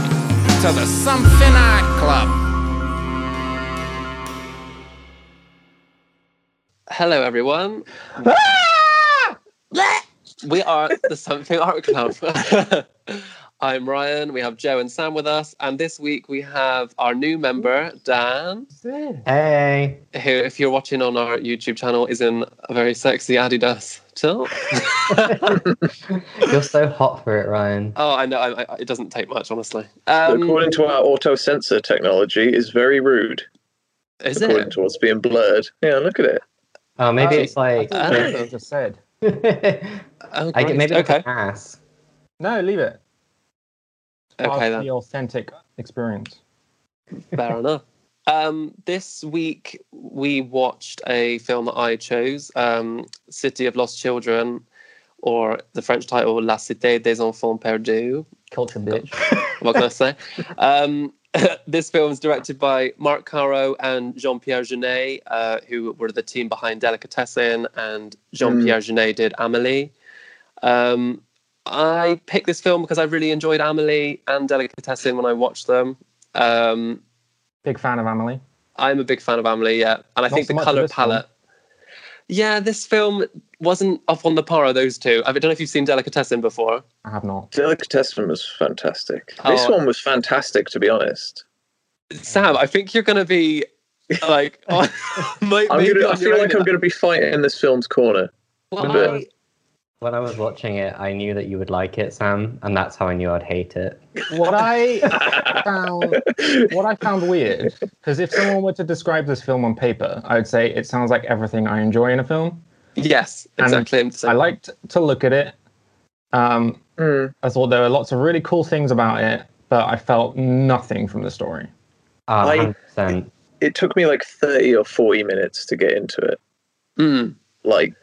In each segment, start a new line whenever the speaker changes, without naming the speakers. to the Something Art Club.
Hello, everyone. we are the Something Art Club. I'm Ryan. We have Joe and Sam with us, and this week we have our new member Dan,
Hey.
who, if you're watching on our YouTube channel, is in a very sexy Adidas tilt.
You're so hot for it, Ryan.
oh, I know. I, I, it doesn't take much, honestly.
That,
Um,
according to our auto sensor technology, is very rude.
Um, is
according
it?
to what's being blurred. Yeah, look at it.
Oh, maybe
Oh,
it's like.
I don't know.
I
I just said.
Oh,
get
great.
maybe it's
okay.
an ass.
No, leave it. Part
Okay
of
then.
The authentic experience.
Fair enough. Um, this week we watched a film that I chose, um, City of Lost Children, or the French title La Cité des Enfants Perdus.
Culture bitch.
What can I say? um, this film is directed by Mark Caro and Jean-Pierre Jeunet, uh, who were the team behind Delicatessen, and Jean-Pierre Jeunet did Amélie. Um, I picked this film because I really enjoyed Amélie and Delicatessen when I watched them. Um,
Big fan of Amelie.
I'm a big fan of Amelie, yeah, and I
Not
think
so
the
much of
color
this film.
palette. Yeah, this film wasn't up on the par of those two. I don't know if you've seen Delicatessen before.
I have not.
Delicatessen was fantastic. This
Oh.
one was fantastic, to be honest.
Sam, I think you're going to be like, on, might
I'm
maybe
gonna,
on your
I feel
own
like
in
I'm going to be fighting in this film's corner.
that.
gonna-
Well, I-
When I was watching it, I knew that you would like it, Sam, and that's how I knew I'd hate it.
What I found what I found weird, because if someone were to describe this film on paper, I would say it sounds like everything I enjoy in a film.
yes,
And
exactly. I'm the same.
I liked to look at it. Um,
Hmm.
I thought there were lots of really cool things about it, but I felt nothing from the story.
Uh,
I-
100%.
It took me like 30 or 40 minutes to get into it.
Mm.
Like,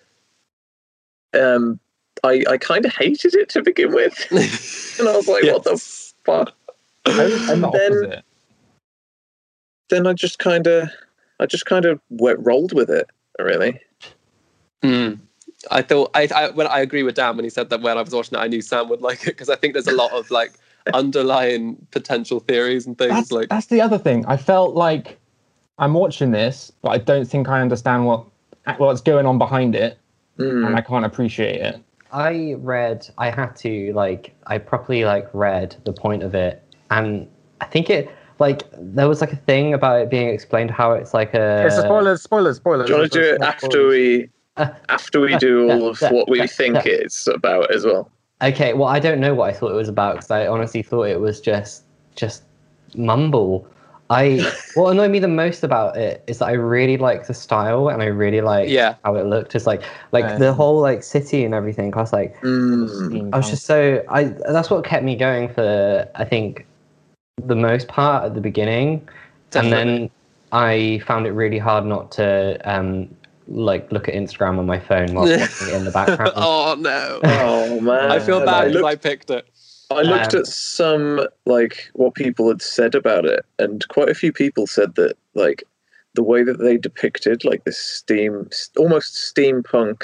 um, I, I kind of hated it to begin with. and I was like, what the
Yes.
fuck?
I was
And
the
then-
opposite.
Then I just kind of, I just kind of went rolled with it, really.
Mm. I thought I, I well I agree with Dan when he said that when I was watching it I knew Sam would like it because I think there's a lot of like underlying potential theories and things
that's,
like
that's the other thing. I felt like I'm watching this, but I don't think I understand what what's going on behind it,
Hmm.
and I can't appreciate it.
I read, I had to, like, I properly, like, read the point of it, and I think it, like, there was, like, a thing about it being explained how it's like a.
Uh, spoilers, spoilers.
Do you want to do it after we after we do all of what we think it's about as well?
Okay, well, I don't know what I thought it was about because I honestly thought it was just just mumble. I what annoyed me the most about it is that I really like the style and I really like
Yeah.
how it looked. It's like like
Yeah.
the whole like city and everything. I was like,
Mm.
I
Mm-hmm.
was just so I. That's what kept me going for I think the most part at the beginning, and then I found it really hard not to um like look at Instagram on my phone while watching it in the background.
oh no
Oh man,
I feel
Uh,
bad
I
because I
looked,
picked it.
I looked
um,
at some like what people had said about it, and quite a few people said that like the way that they depicted like this steam, almost steampunk,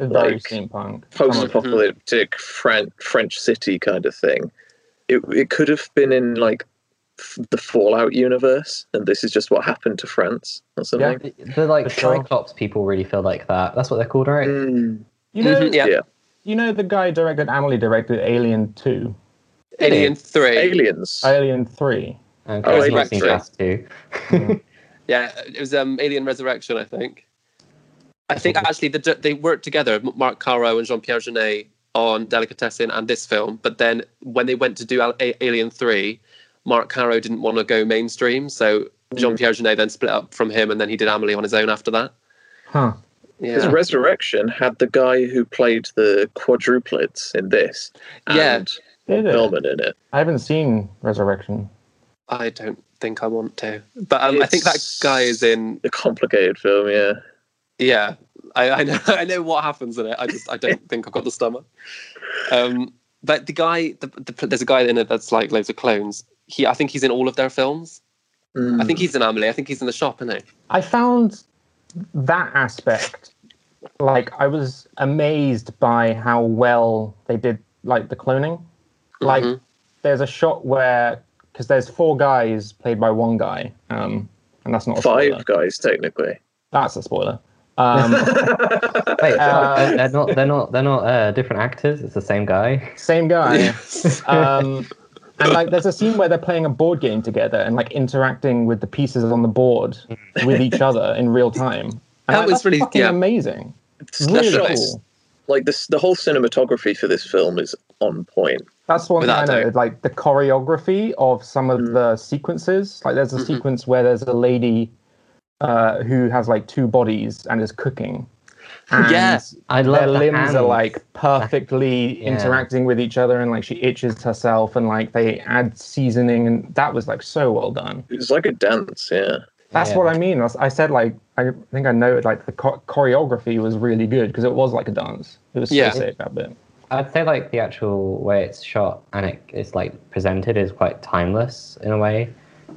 very
like,
steampunk.
post-apocalyptic French French city kind of thing, it it could have been in like f- the Fallout universe, and this is just what happened to France or something.
The, the, like
For sure.
Cyclops people really feel like that. That's what they're called, right?
Mm.
Hmm.
You know,
Mm-hmm,
Mhm, yeah.
yeah.
you know, the guy who directed Amelie directed Alien Two,
Alien 3.
Aliens.
Alien Three.
Okay,
Oh,
I've
Alien
not seen
Three.
Glass Two.
Yeah, it was um, Alien Resurrection, I think. I think actually the, they worked together, M- Mark Caro and Jean Pierre Jeunet, on Delicatessen and this film. But then when they went to do Al- A- Alien 3, Mark Caro didn't want to go mainstream. So Jean Pierre Jeunet then split up from him and then he did Amelie on his own after that.
Huh.
Because
Yeah.
Resurrection had the guy who played the quadruplets in this
Yeah.
and
Did it?
Melman in it.
I haven't seen Resurrection.
I don't think I want to. But um, I think that
It's-
guy is in.
A complicated film, yeah.
Yeah, I, I know. I know what happens in it. I just I don't think I've got the stomach. Um, but the guy, the, the, there's a guy in it that's like loads of clones. He, I think he's in all of their films. I
Hmm.
think he's in Amelie. I think he's in the shop, isn't he?
I found that aspect like I was amazed by how well they did like the cloning. Like
Mhm.
there's a shot where because there's four guys played by one guy, um, and that's not a spoiler.
Five guys, technically.
That's a spoiler. Um,
Wait,
Uh,
they're- they're not they're not they're not uh, different actors. It's the same guy.
same guy. um, and like, there's a scene where they're playing a board game together and like interacting with the pieces on the board with each other in real time. And,
That
like,
was
that's
really-
fucking
yeah.
amazing.
It's
Really
special.
nice.
cool.
Like this, the whole cinematography for this film is on point.
That's one
Without
thing I
a
know.
doubt.
Like the choreography of some of
Mm.
the sequences. Like there's a
Mhm.
sequence where there's a lady uh, who has like two bodies and is cooking. And
Yeah.
I love
their
the
limbs
hands.
are like perfectly
Yeah.
interacting with each other, and like she itches herself, and like they add seasoning, and that was like so well done.
It's like a dance, yeah.
That's
Yeah.
what I mean. That's- I said like I think I noted like the cho- choreography was really good because it was like a dance. It was so
Yeah.
sick that bit.
I'd say like the actual way it's shot and it, it's like presented is quite timeless in a way.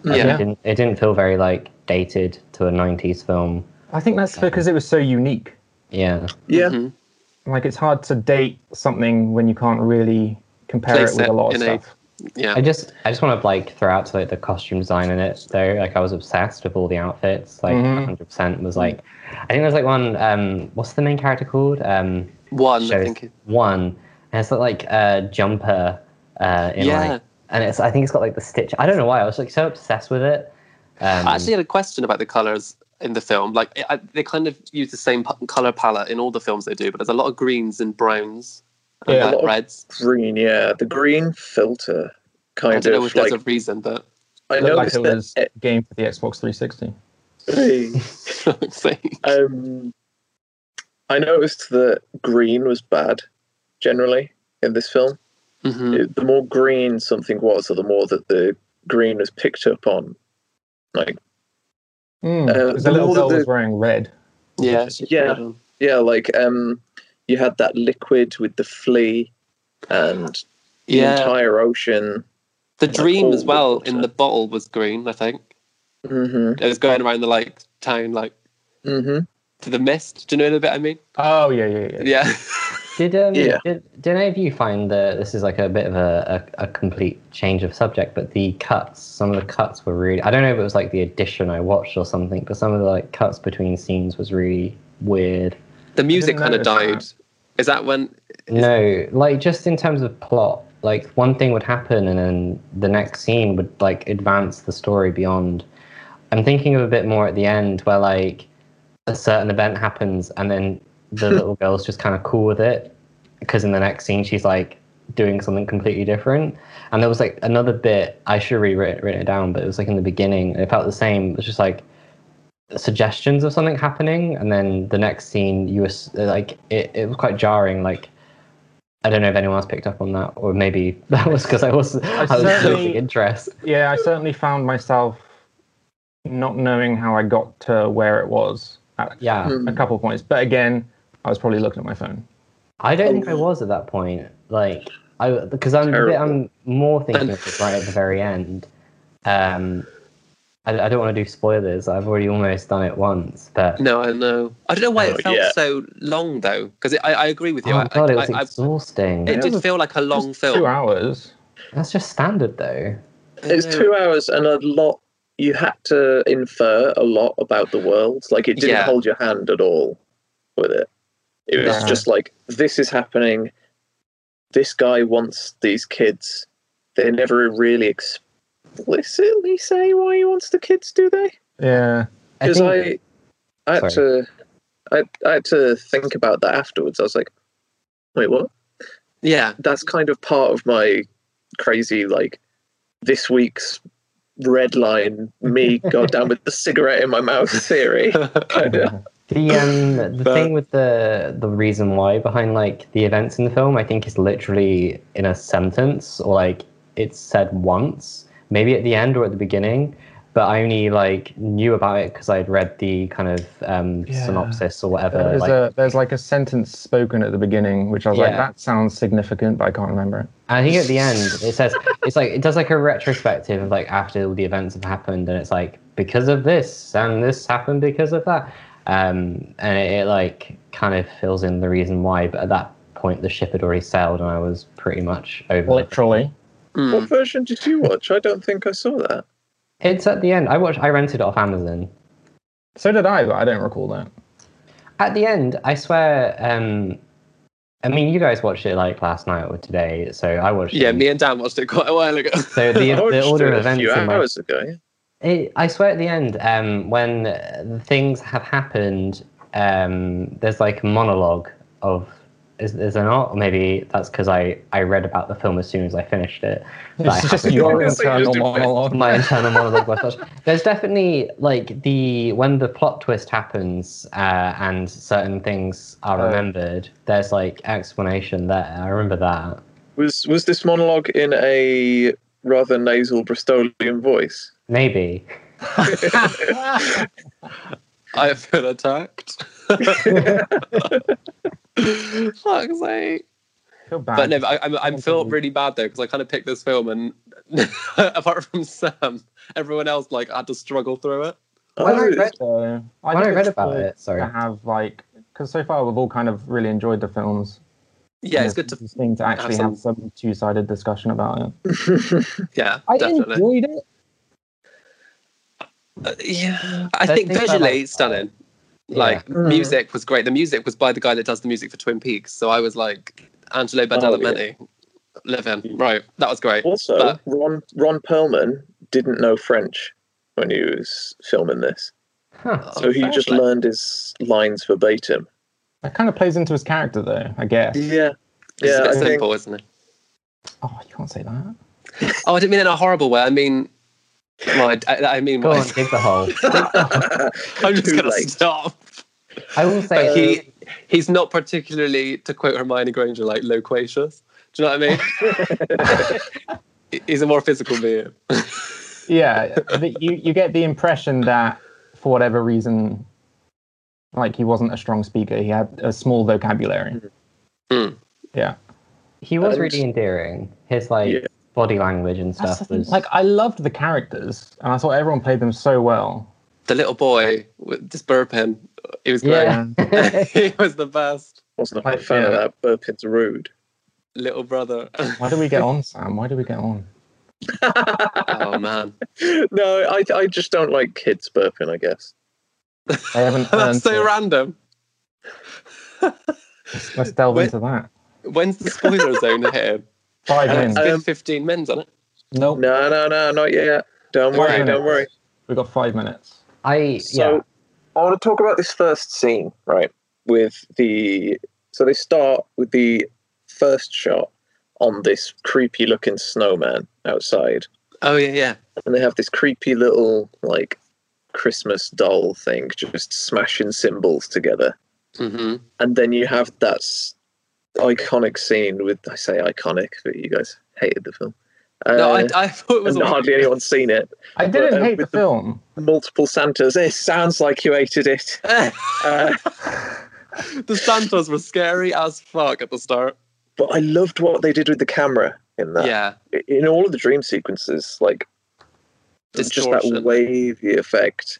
Like,
Yeah.
It didn't, it didn't feel very like dated to a '90s film.
I think that's because it was so unique.
Yeah.
Yeah.
Mhm.
Like it's hard to date something when you can't really compare
Place
it with
it
a lot
in
of
a-
stuff.
Yeah.
I just I just want to like throw out to like the costume design in it though. Like I was obsessed with all the outfits. Like
Mhm.
100 percent was like I think there's like one. Um, what's the main character called? Um,
One, I
shows-
think.
one. And it's got like a jumper. Uh, in
Yeah.
like, and it's I think it's got like the stitch. I don't know why I was like so obsessed with it. Um,
I actually had a question about the colors in the film. Like I, I- they kind of use the same p- color palette in all the films they do, but there's a lot of greens and browns and
Yeah, a
like,
lot of-
reds.
Green, yeah. The green filter
Mm-hmm. I,
kind
don't know
of
if
like
there's a reason, but
I
It looked like
noticed
it was
that
a game for the Xbox 360.
Hey. um, I noticed that green was bad generally in this film.
Mhm.
It- the more green something was, or the more that the green was picked up on. Like,
Mm.
Uh,
'cause
the
the little
more that
girl
the-
was wearing red.
yeah,
Yeah. yeah, like um, you had that liquid with the flea and the
yeah.
entire ocean.
The dream
all
as well
water.
in the bottle was green. I think
Mm-hmm.
it was going around the like town, like
Mm-hmm.
to the mist. Do you know the bit I mean?
Oh yeah, yeah, yeah.
Yeah,
Did um,
Yeah.
did, did any of you find that this is like a bit of a, a, a complete change of subject? But the cuts, some of the cuts were really. I don't know if it was like the edition I watched or something, but some of the like cuts between scenes was really weird.
the music kind of
notice
died.
that.
Is that when?
No, like just in terms of plot, like one thing would happen and then the next scene would like advance the story beyond. I'm thinking of a bit more at the end where like a certain event happens and then the little girl's just kind of cool with it because in the next scene she's like doing something completely different. And there was like another bit I should have rewritten written it down, but it was like in the beginning. It felt the same. It was just like suggestions of something happening, and then the next scene you were s- like it, it was quite jarring. Like I don't know if anyone else picked up on that, or maybe that was because I was I, was
certainly-
losing interest.
yeah, I certainly found myself not knowing how I got to where it was at
Yeah,
Hmm.
a couple of points. But again, I was probably looking at my phone.
I don't think I was at that point. Like I because I'm a bit, I'm more thinking of it right at the very end. Um, I, I don't want to do spoilers. I've already almost done it once, but
No, I know. I don't know why
Oh,
it felt
yeah.
so long though, because I, I agree with
oh
you.
my
I,
god, it was
I, I,
exhausting.
it did feel like a long
It's
film.
Two hours.
That's just standard though.
It's two hours and a lot. You had to infer a lot about the world. Like it didn't
Yeah.
hold your hand at all with it. It was
No.
just like this is happening. This guy wants these kids. They never really explicitly say why he wants the kids, do they?
Yeah.
I
Because
think-
I, I, had to, I, I had to think about that afterwards. I was like, wait, what?
Yeah,
that's kind of part of my crazy like this week's red line me got down with the cigarette in my mouth theory kind of
The um the
But-
thing with the the reason why behind like the events in the film, I think is literally in a sentence or like it's said once, maybe at the end or at the beginning. But I only like knew about it because I'd read the kind of um,
Yeah.
synopsis or whatever.
There's
Like,
a there's like a sentence spoken at the beginning, which I was like,
Yeah.
that sounds significant, but I can't remember it.
I think at the end it says it's like it does like a retrospective of like after all the events have happened, and it's like because of this and this happened because of that, um, and it, it like kind of fills in the reason why. But at that point, the ship had already sailed, and I was pretty much over.
Literally.
Mm.
What version did you watch? I don't think I saw that.
It's at the end. I watched. I rented it off Amazon.
So did I, but I don't recall that.
At the end, I swear. Um, I mean, you guys watched it like last night or today, so I watched.
Yeah,
it.
me and Dan watched it quite a while ago.
So the,
I watched
the order of
it a
events
few
in my
hours ago.
It, I swear at the end, um, when uh, things have happened, um, there's like a monologue of, is, is there not? Or maybe that's because I, I read about the film as soon as I finished it. that I
It's just
happened-
your
It's like you're
internal
doing it.
monologue.
my internal monologue was such. There's definitely like the when the plot twist happens uh, and certain things are
Oh.
remembered. There's like explanation there. I remember that.
Was was this monologue in a rather nasal Bristolian voice?
Maybe.
I feel attacked. Fuck's sake.
Feel bad.
But no, but I, I'm, I'm feel
Mhm.
really bad though because I kind of picked this film, and apart from Sam, everyone else like had to struggle through it.
When I
Oh,
read,
So, I
when I
think
read
it's Uh-huh.
about
good
it, sorry.
To have like, because so far we've all kind of really enjoyed the films.
Yeah,
and
it's good to.
interesting to actually
some-
have some two-sided discussion about it.
Yeah,
I
definitely.
enjoyed it.
Uh, yeah, I
There's
think
things I
visually
like
it's stunning.
Yeah.
Like
Mm.
music was great. The music was by the guy that does the music for Twin Peaks. So I was like
Oh,
Angelo Badalamenti, living right. That was great.
also,
But-
Ron Ron Perlman didn't know French when he was filming this,
Huh.
so he just
Like,
learned his lines verbatim.
That kind of plays into his character, though. I guess.
Yeah,
it's
yeah.
a
I
bit
think
simple, isn't it?
Oh, you can't say that.
Oh, I didn't mean it in a horrible way. I mean, well, I, I- I mean,
Go on,
what
dig the hole.
I, am just
Too
gonna
late.
stop.
I will say
But he he's not particularly, to quote Hermione Granger, like loquacious. Do you know what I mean? he's a more physical being.
Yeah, the, you you get the impression that for whatever reason, like he wasn't a strong speaker. He had a small vocabulary.
Mm.
Yeah.
he was
And-
really endearing. His like
Yeah.
body language and
That's the
stuff
thing.
was
Like I loved the characters, and I thought everyone played them so well.
The little boy with this burping, he was great.
yeah.
Um,
he was the best
wasn't
I-
a fan
yeah.
of that. Burpin's rude.
little brother.
Why do we get on, Sam? Why do we get on?
oh man,
no, I I just don't like kids burping. I guess.
They haven't earned
that's so
it.
random.
Let's delve
Wait.
into that.
When's the spoiler zone here? Uh,
Five
And it's
minutes.
been
Um,
15 minutes on it.
Nope.
No, no, no, not yet. Don't
Five
worry,
minutes.
don't worry.
We got five minutes.
I
So
yeah.
I want to talk about this first scene, right? With the so they start with the first shot on this creepy looking snowman outside,
Oh yeah, yeah.
and they have this creepy little like Christmas doll thing just smashing symbols together,
hmm
and then you have that s- iconic scene with I say iconic, but you guys hated the film. Uh,
No, I, I thought it was.
and
all right.
hardly anyone's seen it.
I didn't
uh,
hate the
with the-
film.
Multiple Santas. It sounds like you hated it. Uh,
the Santos were scary as fuck at the start.
but I loved what they did with the camera in that.
Yeah,
In all of the dream sequences, like there's just that
distortion.
wavy effect,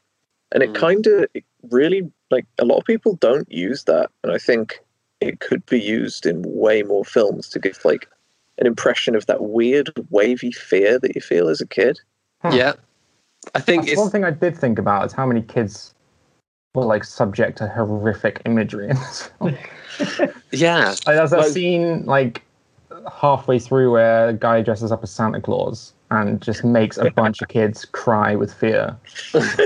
and it
Mm.
kind of really like a lot of people don't use that, and I think it could be used in way more films to give like an impression of that weird wavy fear that you feel as a kid.
Yeah, I think
That's one
it's.
thing I did think about is how many kids were like subject to horrific imagery in this film.
Yeah,
Like, there's that
Like-
scene like halfway through where a guy dresses up as Santa Claus and just makes a bunch of kids cry with fear.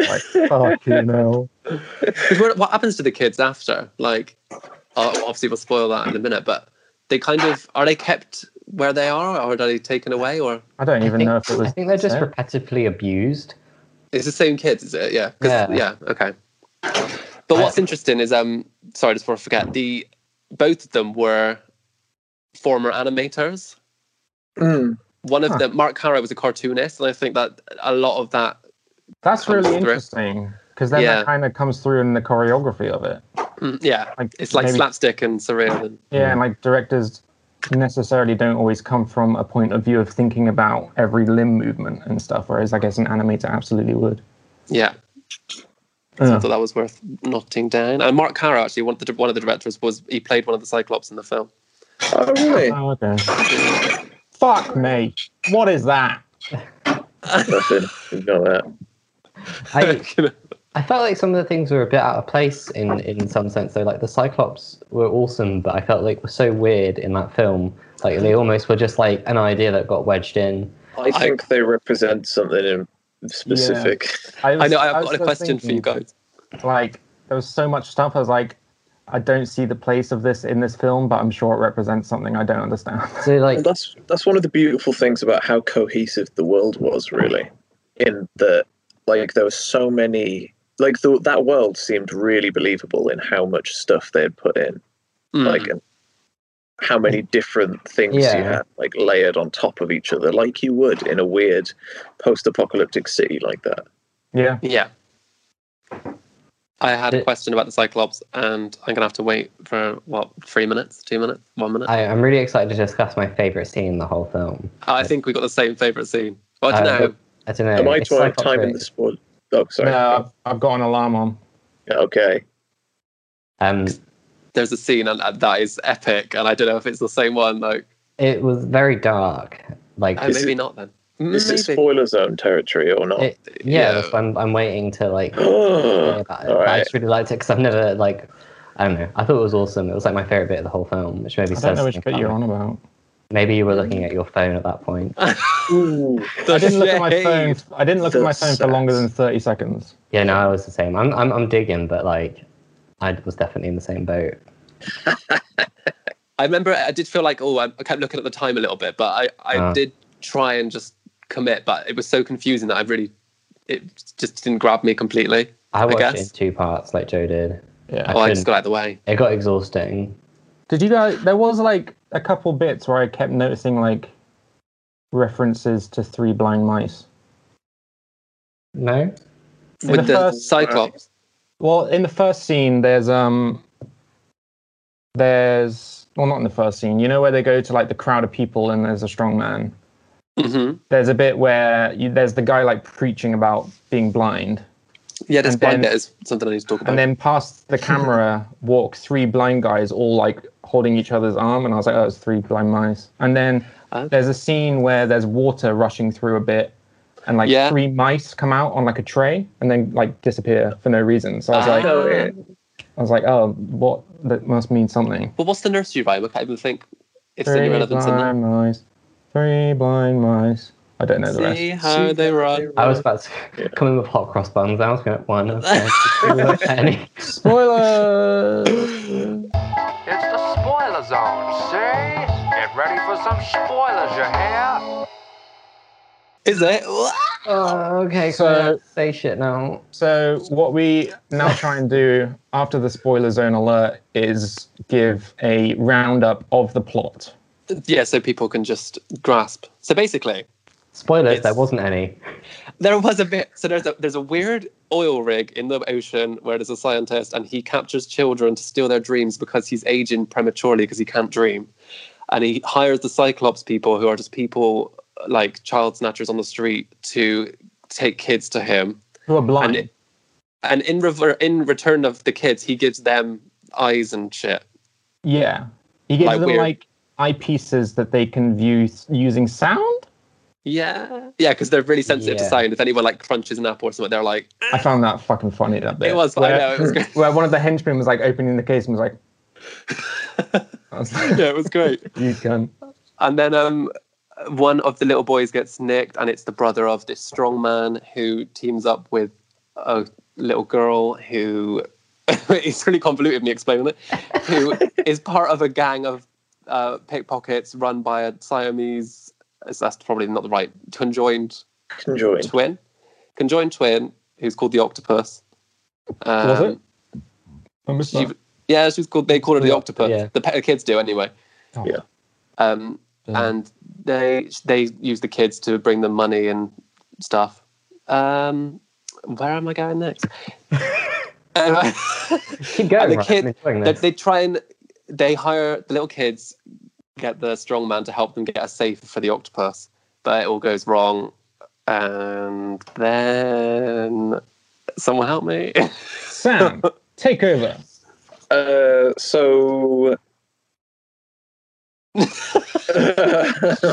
Like, fuck you know.
'Cause what, what happens to the kids after? Like, uh, obviously we'll spoil that in a minute, but they kind of are they kept where they are, or are they taken away, or
I don't even
I
know
think,
if it was.
I think they're just
said.
repetitively abused.
It's the same kids, is it? Yeah. 'Cause-
Yeah.
yeah. Okay. But what's interesting is, um, sorry, just before I forget, the both of them were former animators. One of
Huh.
them, Mark Harrow, was a cartoonist, and I think that a lot of that.
That's
comes
really
through.
interesting because then
Yeah.
that kind of comes through in the choreography of it.
mm, Yeah,
Like
it's like
maybe-
slapstick and surreal. And,
Yeah, and like directors necessarily don't always come from a point of view of thinking about every limb movement and stuff, whereas I guess an animator absolutely would.
yeah, so I
Yeah.
thought that was worth noting down. And Mark Harrow, actually, one of the one of the directors was he played one of the Cyclops in the film.
Oh really?
Oh, okay. Fuck me. What is that?
Nothing. Ignore that.
I, I felt like some of the things were a bit out of place in, in some sense, though. Like the Cyclops were awesome, but I felt like were so weird in that film. Like they almost were just like an idea that got wedged in.
I think they represent something in specific.
was-
I know.
I
I've
was
got a
just
question for you
thinking,
guys.
Like, there was so much stuff. I was like, I don't see the place of this in this film, but I'm sure it represents something I don't understand.
So like
And that's that's one of the beautiful things about how cohesive the world was, really. In that, like, there were so many, like, the, that world seemed really believable in how much stuff they had put in,
Mm.
like, and how many different things you
Yeah.
had, like, layered on top of each other, like you would in a weird post-apocalyptic city like that.
Yeah.
Yeah. I had a
It-
question about the Cyclops, and I'm gonna have to wait for what three minutes, two minutes, one minute. I,
I, I'm really excited to discuss my favorite scene in the whole film.
think we got the same favorite scene. Well, I don't
Uh,
know.
I don't know.
Am I
it's
to have
Cyclops
time in
really-
the sport? Oh, sorry.
No, I've, I've got an alarm on.
Okay.
Um,
There's a scene and and that is epic, and I don't know if it's the same one. Like,
it was very dark. Like,
oh,
Is
maybe
it-
not then.
Is it
Maybe.
spoiler zone territory or not?
it, yeah,
yeah.
that's why I'm, I'm waiting to like. hear
Oh,
about it.
all
But I
right.
just really liked it because I've never like. I don't know. I thought it was awesome. It was like my favorite bit of the whole film, which maybe
I don't
says
know which
something
bit you're
about
on about.
it. Maybe you were looking at your phone at that point.
Ooh.
I didn't look at my
shade.
phone. I didn't look at
The
my phone for longer than 30 seconds.
Yeah, no, I was the same. I'm, I'm, I'm digging, but like, I was definitely in the same boat.
I remember I did feel like, oh, I I kept looking at the time a little bit, but I, I
Uh.
Ah.
did try and just commit, but it was so confusing that I really, it just didn't grab me completely.
I watched it in
guess.
two parts, like Joe did.
Yeah.
I
Oh, I
couldn't-
just got out of the way.
It got exhausting.
Did you guys? There was like a couple bits where I kept noticing like references to Three Blind Mice.
No,
In
With
the
the
first-
Cyclops.
Well, in the first scene, there's um, there's well, not in the first scene. You know where they go to like the crowd of people and there's a strong man.
hmm
There's a bit where you, there's the guy like preaching about being blind,
Yeah, this
And then-
blind bit is something I need to talk about.
and then past the camera walk three blind guys all like holding each other's arm, and I was like, oh, it's three blind mice. And then
Oh.
there's a scene where there's water rushing through a bit, and like
Yeah.
three mice come out on like a tray and then like disappear for no reason. So I was like,
Ah.
Oh, yeah.
I was like, oh, what? That must mean something.
But what's the nursery rhyme? I can't even think it's any
Three
relevance in that.
blind mice. Three blind mice. I don't know the rest.
See how they run.
I was about to come in with hot cross buns. I was going at one. I was going to do any.
Spoiler!
It's the spoiler zone, see? Get ready for some spoilers, you hear?
Is it?
Oh, okay.
So-
So say shit now.
so, what we now try and do after the spoiler zone alert is give a roundup of the plot.
Yeah, so people can just grasp. So basically,
Spoilers.
It's-
There wasn't any.
there was a bit. So there's a there's a weird oil rig in the ocean where there's a scientist and he captures children to steal their dreams because he's aging prematurely because he can't dream, and he hires the Cyclops people who are just people like child snatchers on the street to take kids to him
Who are
and
blind?
it- and in rever- in return of the kids he gives them eyes and shit
yeah. He gives
Like
them
weird.
like eyepieces that they can view s- using sound.
Yeah. Yeah, because they're really sensitive to
Yeah.
sound. If anyone like crunches an apple or something, they're like,
I found that fucking funny that bit.
it was, I
Where-
know, it was great.
where one of the henchmen was like opening the case and was like, I was like,
yeah, it was great.
you can.
And then um, one of the little boys gets nicked, and it's the brother of this strong man who teams up with a little girl who. it's really convoluted me explaining it. Who is part of a gang of uh, pickpockets run by a Siamese. That's probably not the right conjoined
Enjoy.
twin, conjoined twin, who's called the octopus. Um,
Was it? I missed
She,
that.
yeah, she's called. They call her the
Yeah,
octopus.
yeah.
The pet kids do anyway.
Oh.
Yeah.
Um,
Yeah.
and they they use the kids to bring them money and stuff. Um, where am I going next? Anyway,
Keep going.
And the
Ryan,
kid-
I'm enjoying
they,
this.
they try and they hire the little kids, get the strong man to help them get a safe for the octopus, but it all goes wrong, and then someone help me.
Sam, take over.
Uh, so.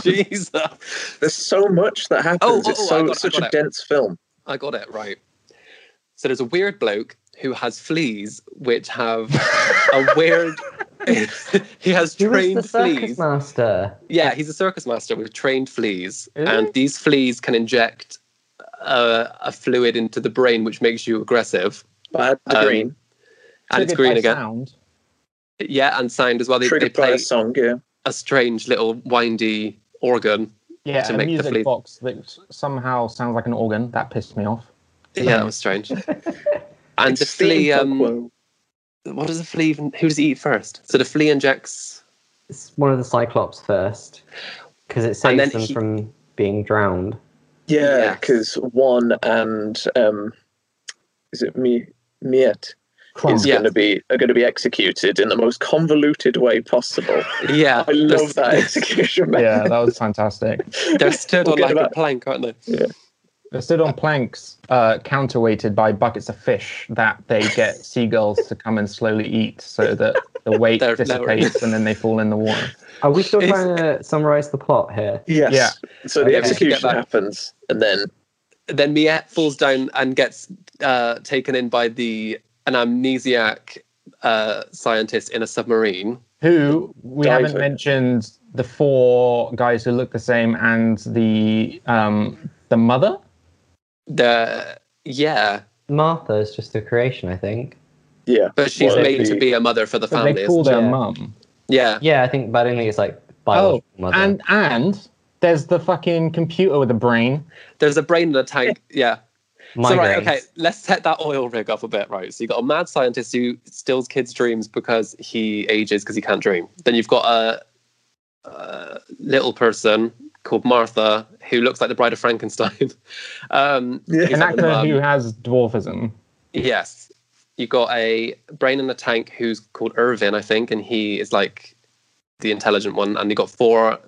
Jesus.
There's so much that happens.
Oh, oh, oh,
it's
I
so
got it, I
such
got
a
it.
dense film.
I got it right. So there's a weird bloke who has fleas, which have a weird. he has
Who was the
trained
circus
fleas.
master?
Yeah, he's a circus master with trained fleas,
Really?
and these fleas can inject uh, a fluid into the brain, which makes you aggressive,
Bad to
Um,
green,
and it's
Triggered
green
by
again.
Sound.
Yeah, and sound as well. They, they
triggered by
play
a song. Yeah,
a strange little windy organ.
Yeah,
to
a
make the
music
fleas-
box that s- somehow sounds like an organ. That pissed me off.
Yeah, that was strange. And the
It's
flea, um,
steampunk world.
what does the flea? Even, who does he eat first? So the flea injects
It's one of the Cyclops first because it
And
saves
then
them
he-
from being drowned.
yeah,
yes.
because one and um, is it me? Miet
Crumbs.
is
Yeah.
going to be are going to be executed in the most convoluted way possible.
Yeah,
I love
they're,
that execution.
yeah, that was fantastic.
They're stood on
Forget
like a
about-
plank, aren't they?
They stood on planks, uh, counterweighted by buckets of fish that they get seagulls to come and slowly eat, so that the weight
They're lower.
dissipates and then they fall in the water.
Are we still
It's-
trying to summarize the plot here?
Yes.
Yeah.
So the
Okay.
execution
Get that.
happens, and then
Then Miette falls down and gets uh, taken in by the an amnesiac uh, scientist in a submarine.
Who we
Diver.
haven't mentioned the four guys who look the same and the um, the mother.
The yeah,
Martha is just a creation, I think.
yeah,
but she's
Well,
made
the-
to be a mother for the
But
family.
they call
isn't
their
Yeah.
mum.
she? Yeah,
Yeah, I think, but I don't think it's like biological
Oh,
mother.
and and there's the fucking computer with a brain.
there's a brain in a tank. Yeah. So right,
Migraines.
okay, let's set that oil rig up a bit, right? So you got a mad scientist who steals kids' dreams because he ages because he can't dream. Then you've got a, a little person called Martha who looks like the Bride of Frankenstein. um,
Yeah.
who's
An
like the
actor
mum.
who has dwarfism.
Yes. You got a brain in a tank who's called Irvin, I think, and he is like the intelligent one. And you got four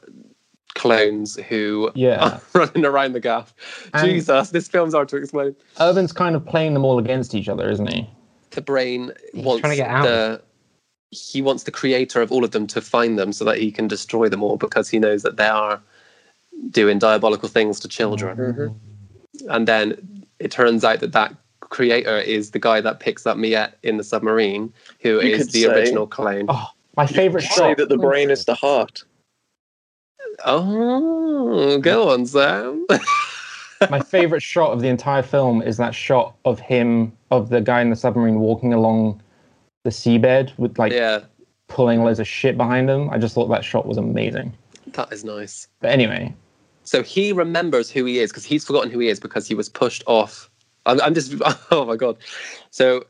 clones who
Yeah.
are running around the gaff.
And-
Jesus, this film's hard to explain.
Urban's kind of playing them all against each other, isn't he?
The brain
He's
wants
trying to get out.
the he wants the creator of all of them to find them so that he can destroy them all because he knows that they are doing diabolical things to children.
Mm-hmm.
Mhm.
And then it turns out that that creator is the guy that picks up Miette in the submarine, who is
You could
the
say-
original clone.
Oh, my favorite
say
shot.
that the brain is the heart.
Oh, go on, Sam.
my favorite shot of the entire film is that shot of him, of the guy in the submarine walking along the seabed with like
yeah,
pulling loads of shit behind him. I just thought that shot was amazing.
that is nice.
But anyway,
So he remembers who he is because he's forgotten who he is because he was pushed off. I'm, I'm just, oh my God. So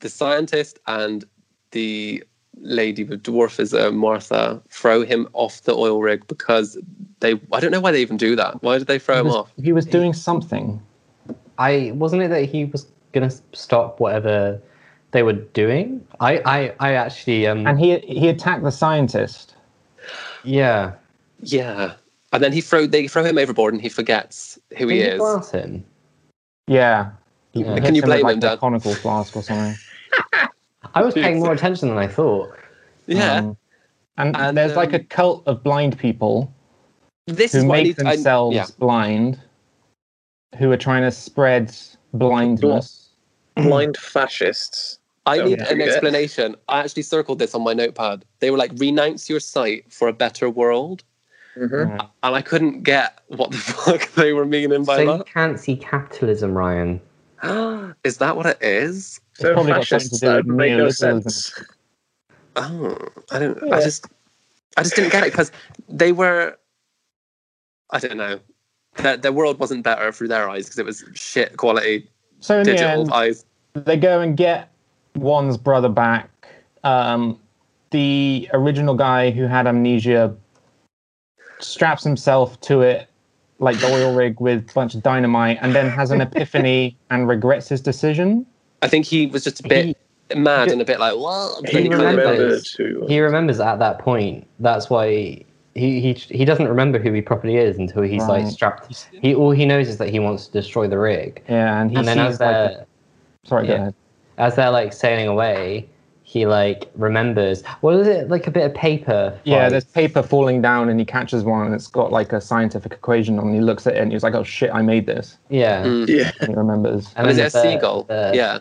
the scientist and the lady with dwarfism, Martha, throw him off the oil rig because they, I don't know why they even do that. Why did they throw
he
him
was,
off?
he was doing something.
I wasn't it that he was gonna s- stop whatever they were doing. I I, I actually um
And he he attacked the scientist.
yeah.
Yeah. And then he throw, they throw him overboard and he forgets who he
Did you
is.
glass him?
Yeah.
Yeah.
He
Can
hits
you
him with,
blame
like,
him,
the
Dan?
Conical flask or something.
I was paying more attention than I thought.
Yeah.
Um, and,
And,
there's like a
um,
cult of blind people
this
who
is what I
make
need to- I-
themselves
yeah.
blind, who are trying to spread blindness.
Blind fascists.
I
Don't
need
forget.
an explanation. I actually circled this on my notepad. They were like, renounce your sight for a better world.
Mhm.
Yeah.
And I couldn't get what the fuck they were meaning by
So you can't see capitalism, Ryan.
that. Is that what it is?
They're
probably got something
fascists.
to do
That would
with
make no
neoliberalism.
sense.
Oh, I don't.
Yeah.
I just, I just didn't get it because they were. I don't know. Their, their world wasn't better through their eyes because it was shit quality
So in the
digital
end,
eyes.
they go and get one's brother back. Um, the original guy who had amnesia straps himself to it like the oil rig with a bunch of dynamite and then has an epiphany and regrets his decision.
I think he was just a bit mad and a bit like, what?
He
He
remembered
remembers.
who.
He remembers at that point. That's why he he, he doesn't remember who he properly is until he's
Right.
like strapped. He all he knows is that he wants to destroy the rig.
Yeah, and he
and then
sees
as
like
they're
the- sorry, go
yeah.
ahead.
as they're like sailing away, he like remembers. What is it? Like a bit of paper.
Yeah,
fight?
there's paper falling down, and he catches one, and it's got like a scientific equation on. it, And he looks at it, and he's like, "Oh shit, I made this."
yeah.
Mm.
Yeah.
And he remembers.
And
is
then
it a
the-
seagull?
the-
yeah.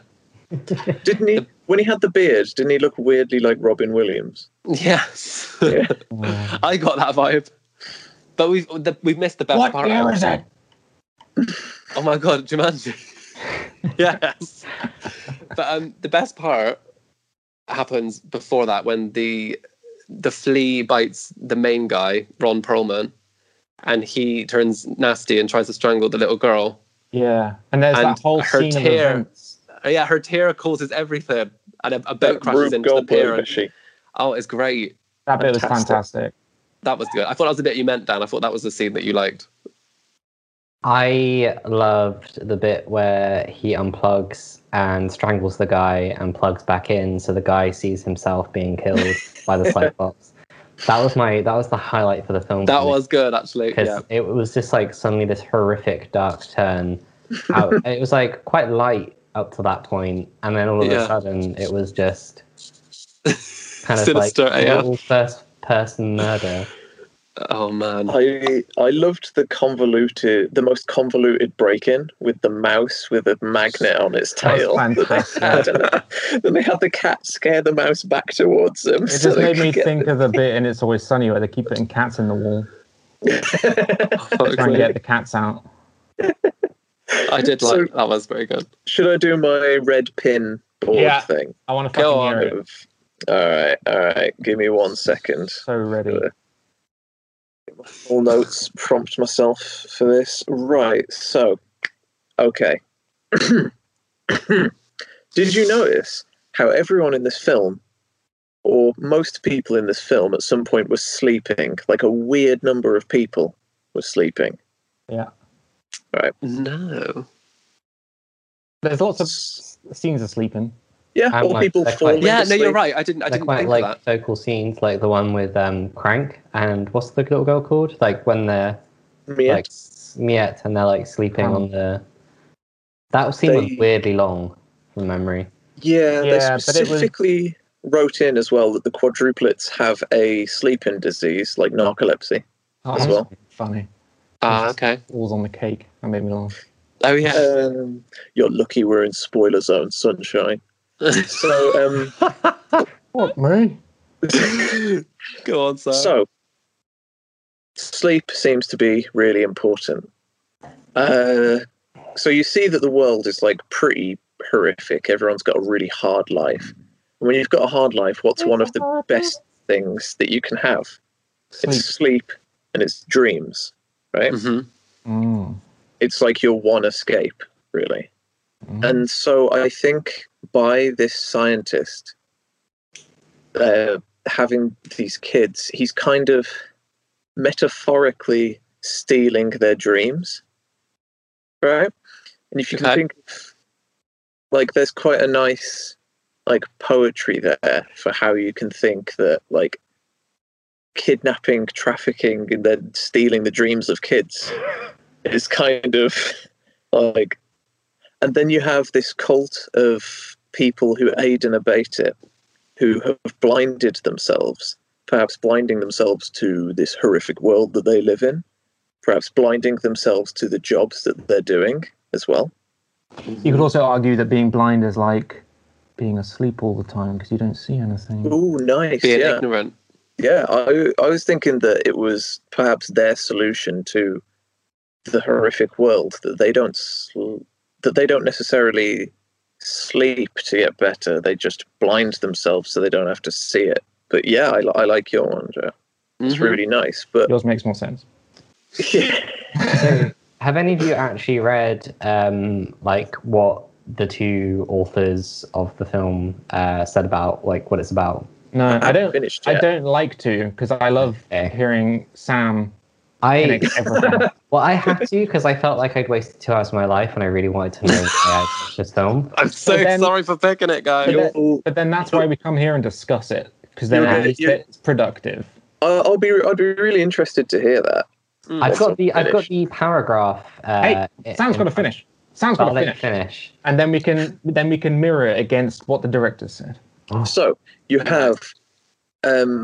Didn't he? When he had the beard, didn't he look weirdly like Robin Williams?
Yes.
Yeah.
I got that vibe. But we've the, we've missed the best
What
part.
year is it?
Oh my god, Jumanji. yes. But um, the best part happens before that when the the flea bites the main guy, Ron Perlman, and he turns nasty and tries to strangle the little girl.
Yeah, and there's
And
that whole
her
scene of
tear.
events.
Uh, yeah, her tear causes everything, and a, a boat
That
crashes
Rube
into the
Goldberg,
pier.
is
And,
she?
oh, it's great.
That bit was
Fantastic.
fantastic.
That was good. I thought that was the bit you meant, Dan. I thought that was the scene that you liked.
I loved the bit where he unplugs and strangles the guy and plugs back in, so the guy sees himself being killed by the cyclops. That was my. That was the highlight for the film.
That
for me,
was good, actually. Yeah.
because it was just like suddenly this horrific dark turn. Out. it was like quite light up to that point, and then all of
Yeah.
a sudden it was just kind of
Sinister
like
AF.
little first person murder.
Oh man.
I I loved the convoluted, the most convoluted break-in with the mouse with a magnet on its
That was
tail.
fantastic.
then they had the cat scare the mouse back towards them.
It just made me think of the bit in It's Always Sunny where they keep putting cats in the wall, trying to get the cats out.
I did
So-
like that was very good.
Should I do my red pin board
Yeah.
thing?
I want to
Go
fucking
on.
hear it.
Of- all right, all right. Give me one second.
So ready.
All notes prompt myself for this. Right. So, okay. Did you notice how everyone in this film, or most people in this film, at some point was sleeping? Like a weird number of people were sleeping.
No.
There's lots of s- scenes of sleeping.
Yeah,
I'm
all
like-
people
that's
falling.
quite-
Yeah,
to
no, you're
sleep.
right. I didn't I
They're
didn't
quite
think
like
of that.
vocal scenes, like the one with um, Crank and what's the little girl called? Like when they're
Yeah.
like s- Miette and they're like sleeping
Um,
on the. That scene was
They-
weirdly long from memory.
Yeah, they
Yeah, but it was-
specifically wrote in as well that the quadruplets have a sleeping disease like narcolepsy.
Oh,
As
that's
well.
Funny.
Ah, okay.
Balls on the cake. That made me laugh.
Oh yeah.
Um, you're lucky we're in spoiler zone, sunshine. So, um,
What, me?
Go on, sir.
so sleep seems to be really important. Uh, so you see that the world is like pretty horrific. Everyone's got a really hard life. And when you've got a hard life, what's one of the best things that you can have?
Sleep.
It's sleep and it's dreams, right?
Mhm.
Mm.
it's like your one escape, really.
Mhm.
And so I think by this scientist uh, having these kids, he's kind of metaphorically stealing their dreams, right? And if you can
Okay.
think, of- like, there's quite a nice like poetry there for how you can think that like kidnapping, trafficking, and then stealing the dreams of kids is kind of like and then you have this cult of people who aid and abate it who have blinded themselves perhaps blinding themselves to this horrific world that they live in perhaps blinding themselves to the jobs that they're doing as well
You could also argue that being blind is like being asleep all the time because you don't see anything.
oh nice
Being
yeah
ignorant.
yeah I, I was thinking that it was perhaps their solution to the horrific world that they don't sl- that they don't necessarily sleep to get better they just blind themselves so they don't have to see it but yeah i, li- I like your one Joe. it's
Mhm.
really nice but
Yours makes more sense.
yeah,
So, have any of you actually read um, like what the two authors of the film uh, said about like what it's about?
No, I don't.
finished
I
yet.
don't like to because I love
Okay.
hearing Sam
I
connect everything.
well, I had to because I felt like I'd wasted two hours of my life, and I really wanted to know why I watched this film.
I'm so
But then-
sorry for picking it, guys.
But then-
You'll-
but then that's why we come here and discuss it because then
You're
at
right,
least
you-
it's productive.
I- i'll be i'd be really interested to hear that
Mm.
I've got
not
the I've got
finished.
the paragraph. Uh,
hey, Sam's got to finish. Sam's got
I'll
to
let you
finish,
finish.
and then we can then we can mirror it against what the director said.
So you have um,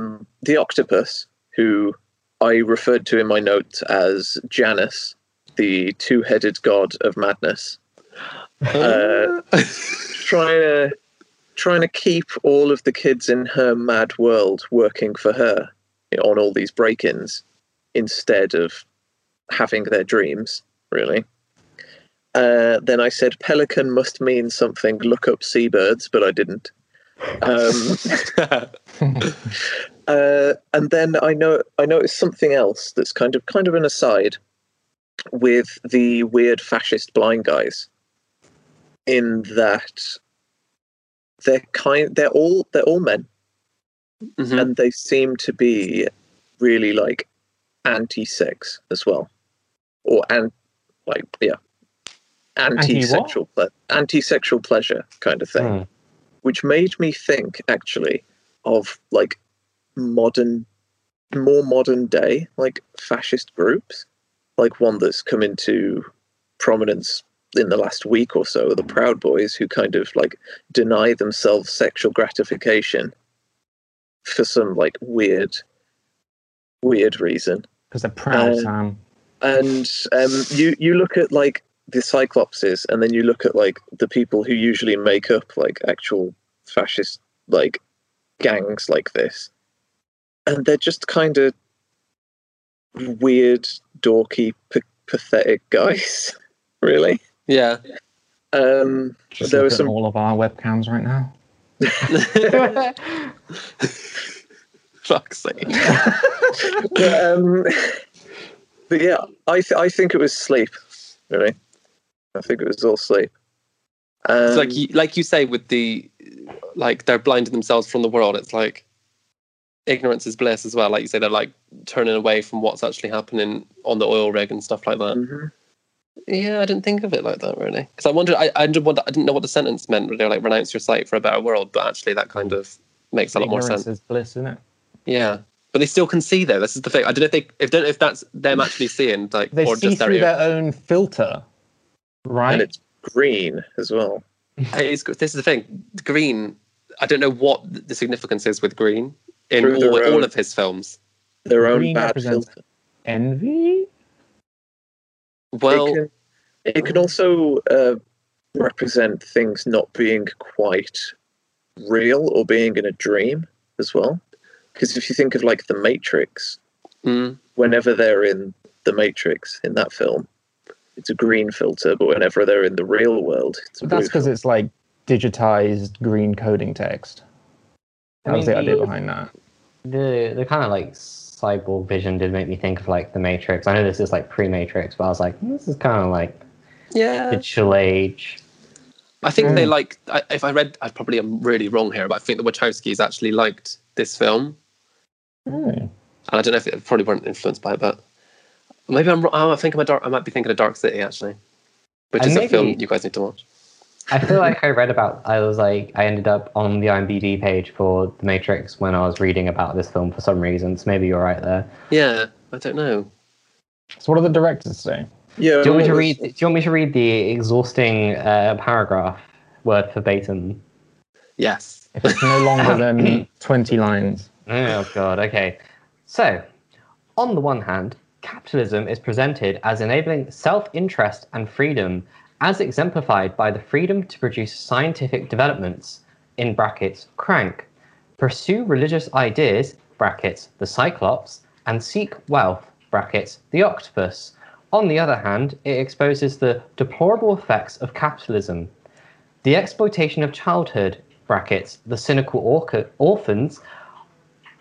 the octopus, who I referred to in my notes as Janus, the two-headed god of madness, Uh, trying to trying to keep all of the kids in her mad world working for her you know, on all these break-ins instead of having their dreams. Really. Uh, then I said pelican must mean something. Look up seabirds, but I didn't. Um, uh, and then I know I noticed something else that's kind of kind of an aside with the weird fascist blind guys. In that they're kind, they're all they're all men,
Mhm.
and they seem to be really like anti-sex as well, or and like yeah, anti-sexual ple- anti-sexual pleasure kind of thing
Hmm.
which made me think actually of like modern more modern day like fascist groups like one that's come into prominence in the last week or so the proud boys who kind of like deny themselves sexual gratification for some like weird weird reason
because they're proud,
Uh,
Sam.
and um, you you look at like the cyclopses and then you look at like the people who usually make up like actual fascist like gangs like this and they're just kind of weird dorky p- pathetic guys really
yeah.
um
Just
there
look
were
at
some
all of our webcams right now.
Fuck's sake.
but, um, but yeah, I th- I think it was sleep. Really, I think it was all sleep. Um,
It's like you, like you say with the like they're blinding themselves from the world. It's like ignorance is bliss as well. Like you say, they're like turning away from what's actually happening on the oil rig and stuff like that.
Mhm.
Yeah, I didn't think of it like that really. Because I wondered, I I, did wonder, I didn't know what the sentence meant. Where they were like renounce your sight for a better world, but actually that kind of makes a lot more
Ignorance
sense.
is bliss, isn't it?
Yeah. But they still can see though. This is the thing. I don't know if they, if don't know if that's them actually seeing, like,
They
or
see
just
through
their.
their own filter, right?
and it's green as well.
It's, this is the thing. Green. I don't know what the significance is with green in
Through their
all, all
own-
of his films.
Their own
Green
bad
represents-
filter.
Envy.
Well,
it can, it can also uh, represent things not being quite real or being in a dream as well. Because if you think of like the Matrix,
mm,
whenever they're in the Matrix in that film, it's a green filter, but whenever they're in the real world, it's a blue
That's because it's like digitized green coding text. That
I
was
mean,
the idea
the-
behind that.
Hmm. the the kind of like cyborg vision did make me think of like the Matrix. I know this is like pre Matrix, but I was like, "Hmm, this is kind of like the
yeah.
chill age.
I think they like. I, if I read, I probably am really wrong here, but I think the Wachowskis actually liked this film,
Hmm.
and I don't know if it probably weren't influenced by it, but maybe I'm wrong. Oh, I think I'm a dark. I might be thinking of Dark City actually, which
And
is a
maybe-
film you guys need to watch.
I feel like I read about. I was like, I ended up on the IMDb page for the Matrix when I was reading about this film for some reason. So maybe you're right there.
Yeah, I don't know.
So what do the directors say?
Yeah.
Do you want me to
well,
read? Do you want me to read the exhausting uh, paragraph word verbatim?
Yes.
If it's no longer than twenty lines.
Oh god. Okay. So, on the one hand, capitalism is presented as enabling self-interest and freedom, as exemplified by the freedom to produce scientific developments (in brackets crank), pursue religious ideas (brackets the cyclops), and seek wealth (brackets the octopus). On the other hand, it exposes the deplorable effects of capitalism the exploitation of childhood brackets the cynical orca- orphans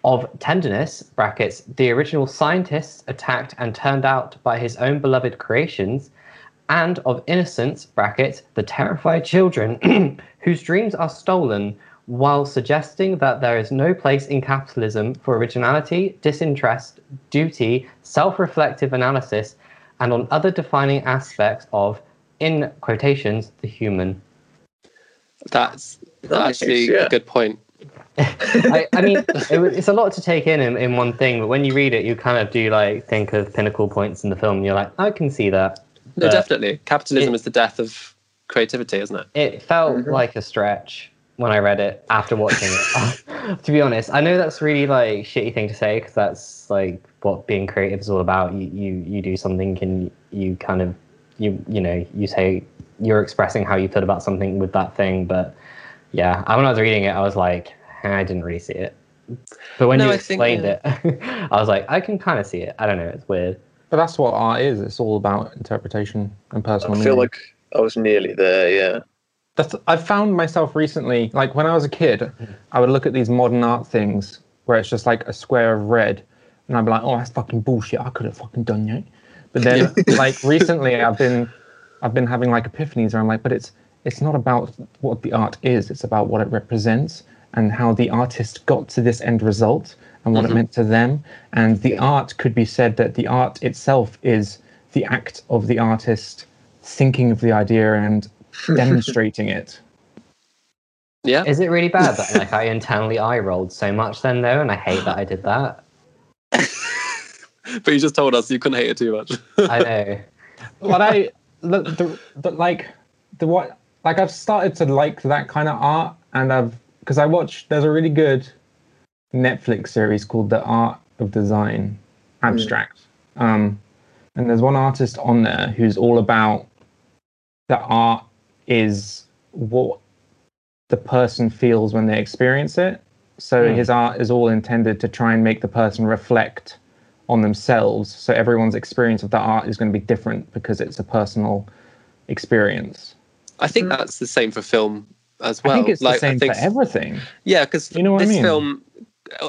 of tenderness brackets the original scientists attacked and turned out by his own beloved creations and of innocence brackets the terrified children whose dreams are stolen while suggesting that there is no place in capitalism for originality disinterest duty self-reflective analysis and on other defining aspects of in quotations the human
That's
Nice,
actually
yeah.
a good point.
I, I mean, it, was- it's a lot to take in, in in one thing, but when you read it, you kind of do like think of pinnacle points in the film. And you're like, I can see that.
No,
But
definitely. Capitalism
it-
is the death of creativity, isn't it?
It felt
Mhm.
like a stretch. when I read it after watching it. to be honest, I know that's really like shitty thing to say because that's like what being creative is all about. You you you do something and you kind of you you know you say you're expressing how you feel about something with that thing. But yeah, I- when I was reading it, I was like, eh, I didn't really see it. But when
No,
you
I think, uh,
explained
yeah.
it, I was like, I can kind of see it. I don't know. It's weird.
But that's what art is. It's all about interpretation and
I
personal.
feel
meaning.
like I was nearly there. Yeah.
that's I found myself recently, like when I was a kid, I would look at these modern art things where it's just like a square of red, and I'd be like, "Oh, that's fucking bullshit. I could have fucking done that." But then, like recently, I've been, I've been having like epiphanies where I'm like, "But it's it's not about what the art is. It's about what it represents and how the artist got to this end result and what it meant to them. And the art could be said that the art itself is the act of the artist thinking of the idea and demonstrating it.
Yeah.
Is it really bad that like I internally eye rolled so much then though, and I hate that I did that.
but you just told us you couldn't hate it too much.
I know.
But I, the, the, the, like, the what, like I've started to like that kind of art, and I've because I watched. There's a really good Netflix series called The Art of Design, abstract. Um, and there's one artist on there who's all about the art is what the person feels when they experience it. So his art is all intended to try and make the person reflect on themselves. So everyone's experience of the art is going to be different because it's a personal experience.
I think that's the same for film as well.
I think it's
Like,
the
I
same
think
for everything.
Yeah, because
You know what I
this
mean?
film,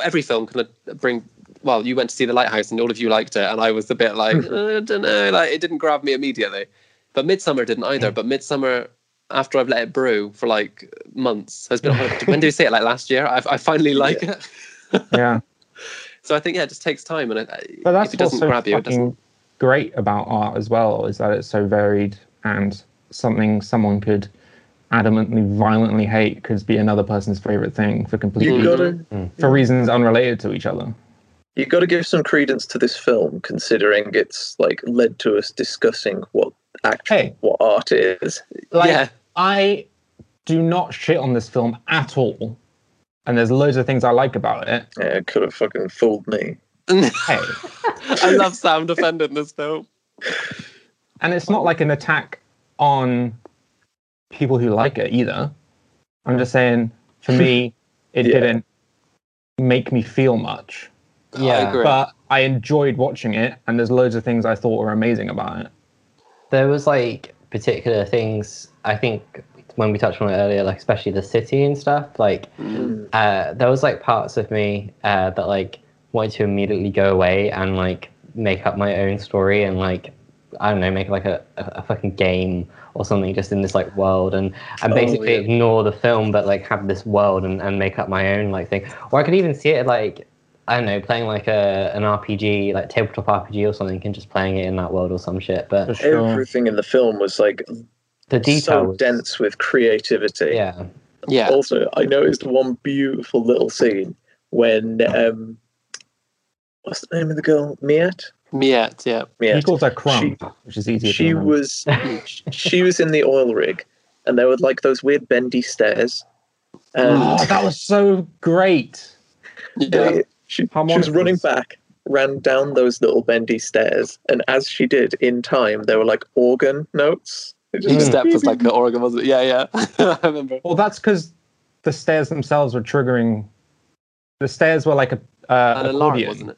every film can uh, bring. Well, you went to see The Lighthouse and all of you liked it, and I was a bit like,
Hmm.
"Uh, I don't know, like it didn't grab me immediately. But Midsummer didn't either. But Midsummer, after I've let it brew for like months, has been when do you see it? Like last year, I've, I finally like it.
Yeah.
So I think yeah, it just takes time, and it,
But that's
if it doesn't
what's so
grab you, it doesn't.
fucking great about art as well is that it's so varied and something someone could adamantly, violently hate could be another person's favorite thing for
You
completely
Mhm.
gotta
for reasons unrelated to each other.
you gotta give some credence to this film, considering it's like led to us discussing what actual
Hey.
what art is.
Like
Yeah.
I do not shit on this film at all, and there's loads of things I like about it.
Yeah, it could have fucking fooled me.
Hey,
I love Sam defending this film.
and it's not like an attack on people who like it either. I'm just saying, for me, it
Yeah.
didn't make me feel much.
Yeah.
I agree.
but I enjoyed watching it, and there's loads of things I thought were amazing about it.
there was like particular things i think when we touched on it earlier like especially the city and stuff like
Mm.
uh, there was like parts of me uh, that like wanted to immediately go away and like make up my own story and like i don't know make like a, a, a fucking game or something just in this like world and and
Oh,
basically
yeah.
ignore the film but like have this world and, and make up my own like thing or i could even see it like I don't know, playing like a an RPG, like tabletop RPG or something, and just playing it in that world or some shit. But
For sure.
Everything in the film was like
the detail
so
was-
dense with creativity.
Yeah,
yeah,
Also, I noticed one beautiful little scene when um, what's the name of the girl? Miette.
Miette, yeah.
He
Miette.
calls her Crumb,
She-
which is easier. to
she
remember.
was she was in the oil rig, and there were like those weird bendy stairs. And
Oh, that was so great.
yeah.
She, she
Harmonicas.
was running back, ran down those little bendy stairs, and as she did, in time, there were like organ notes. It just
Each
went
step
beep,
was
beep,
like an organ, wasn't it? Yeah, yeah. I remember.
Well, that's because the stairs themselves were triggering. The stairs were like a uh,
An alarm,
accordion,
wasn't it?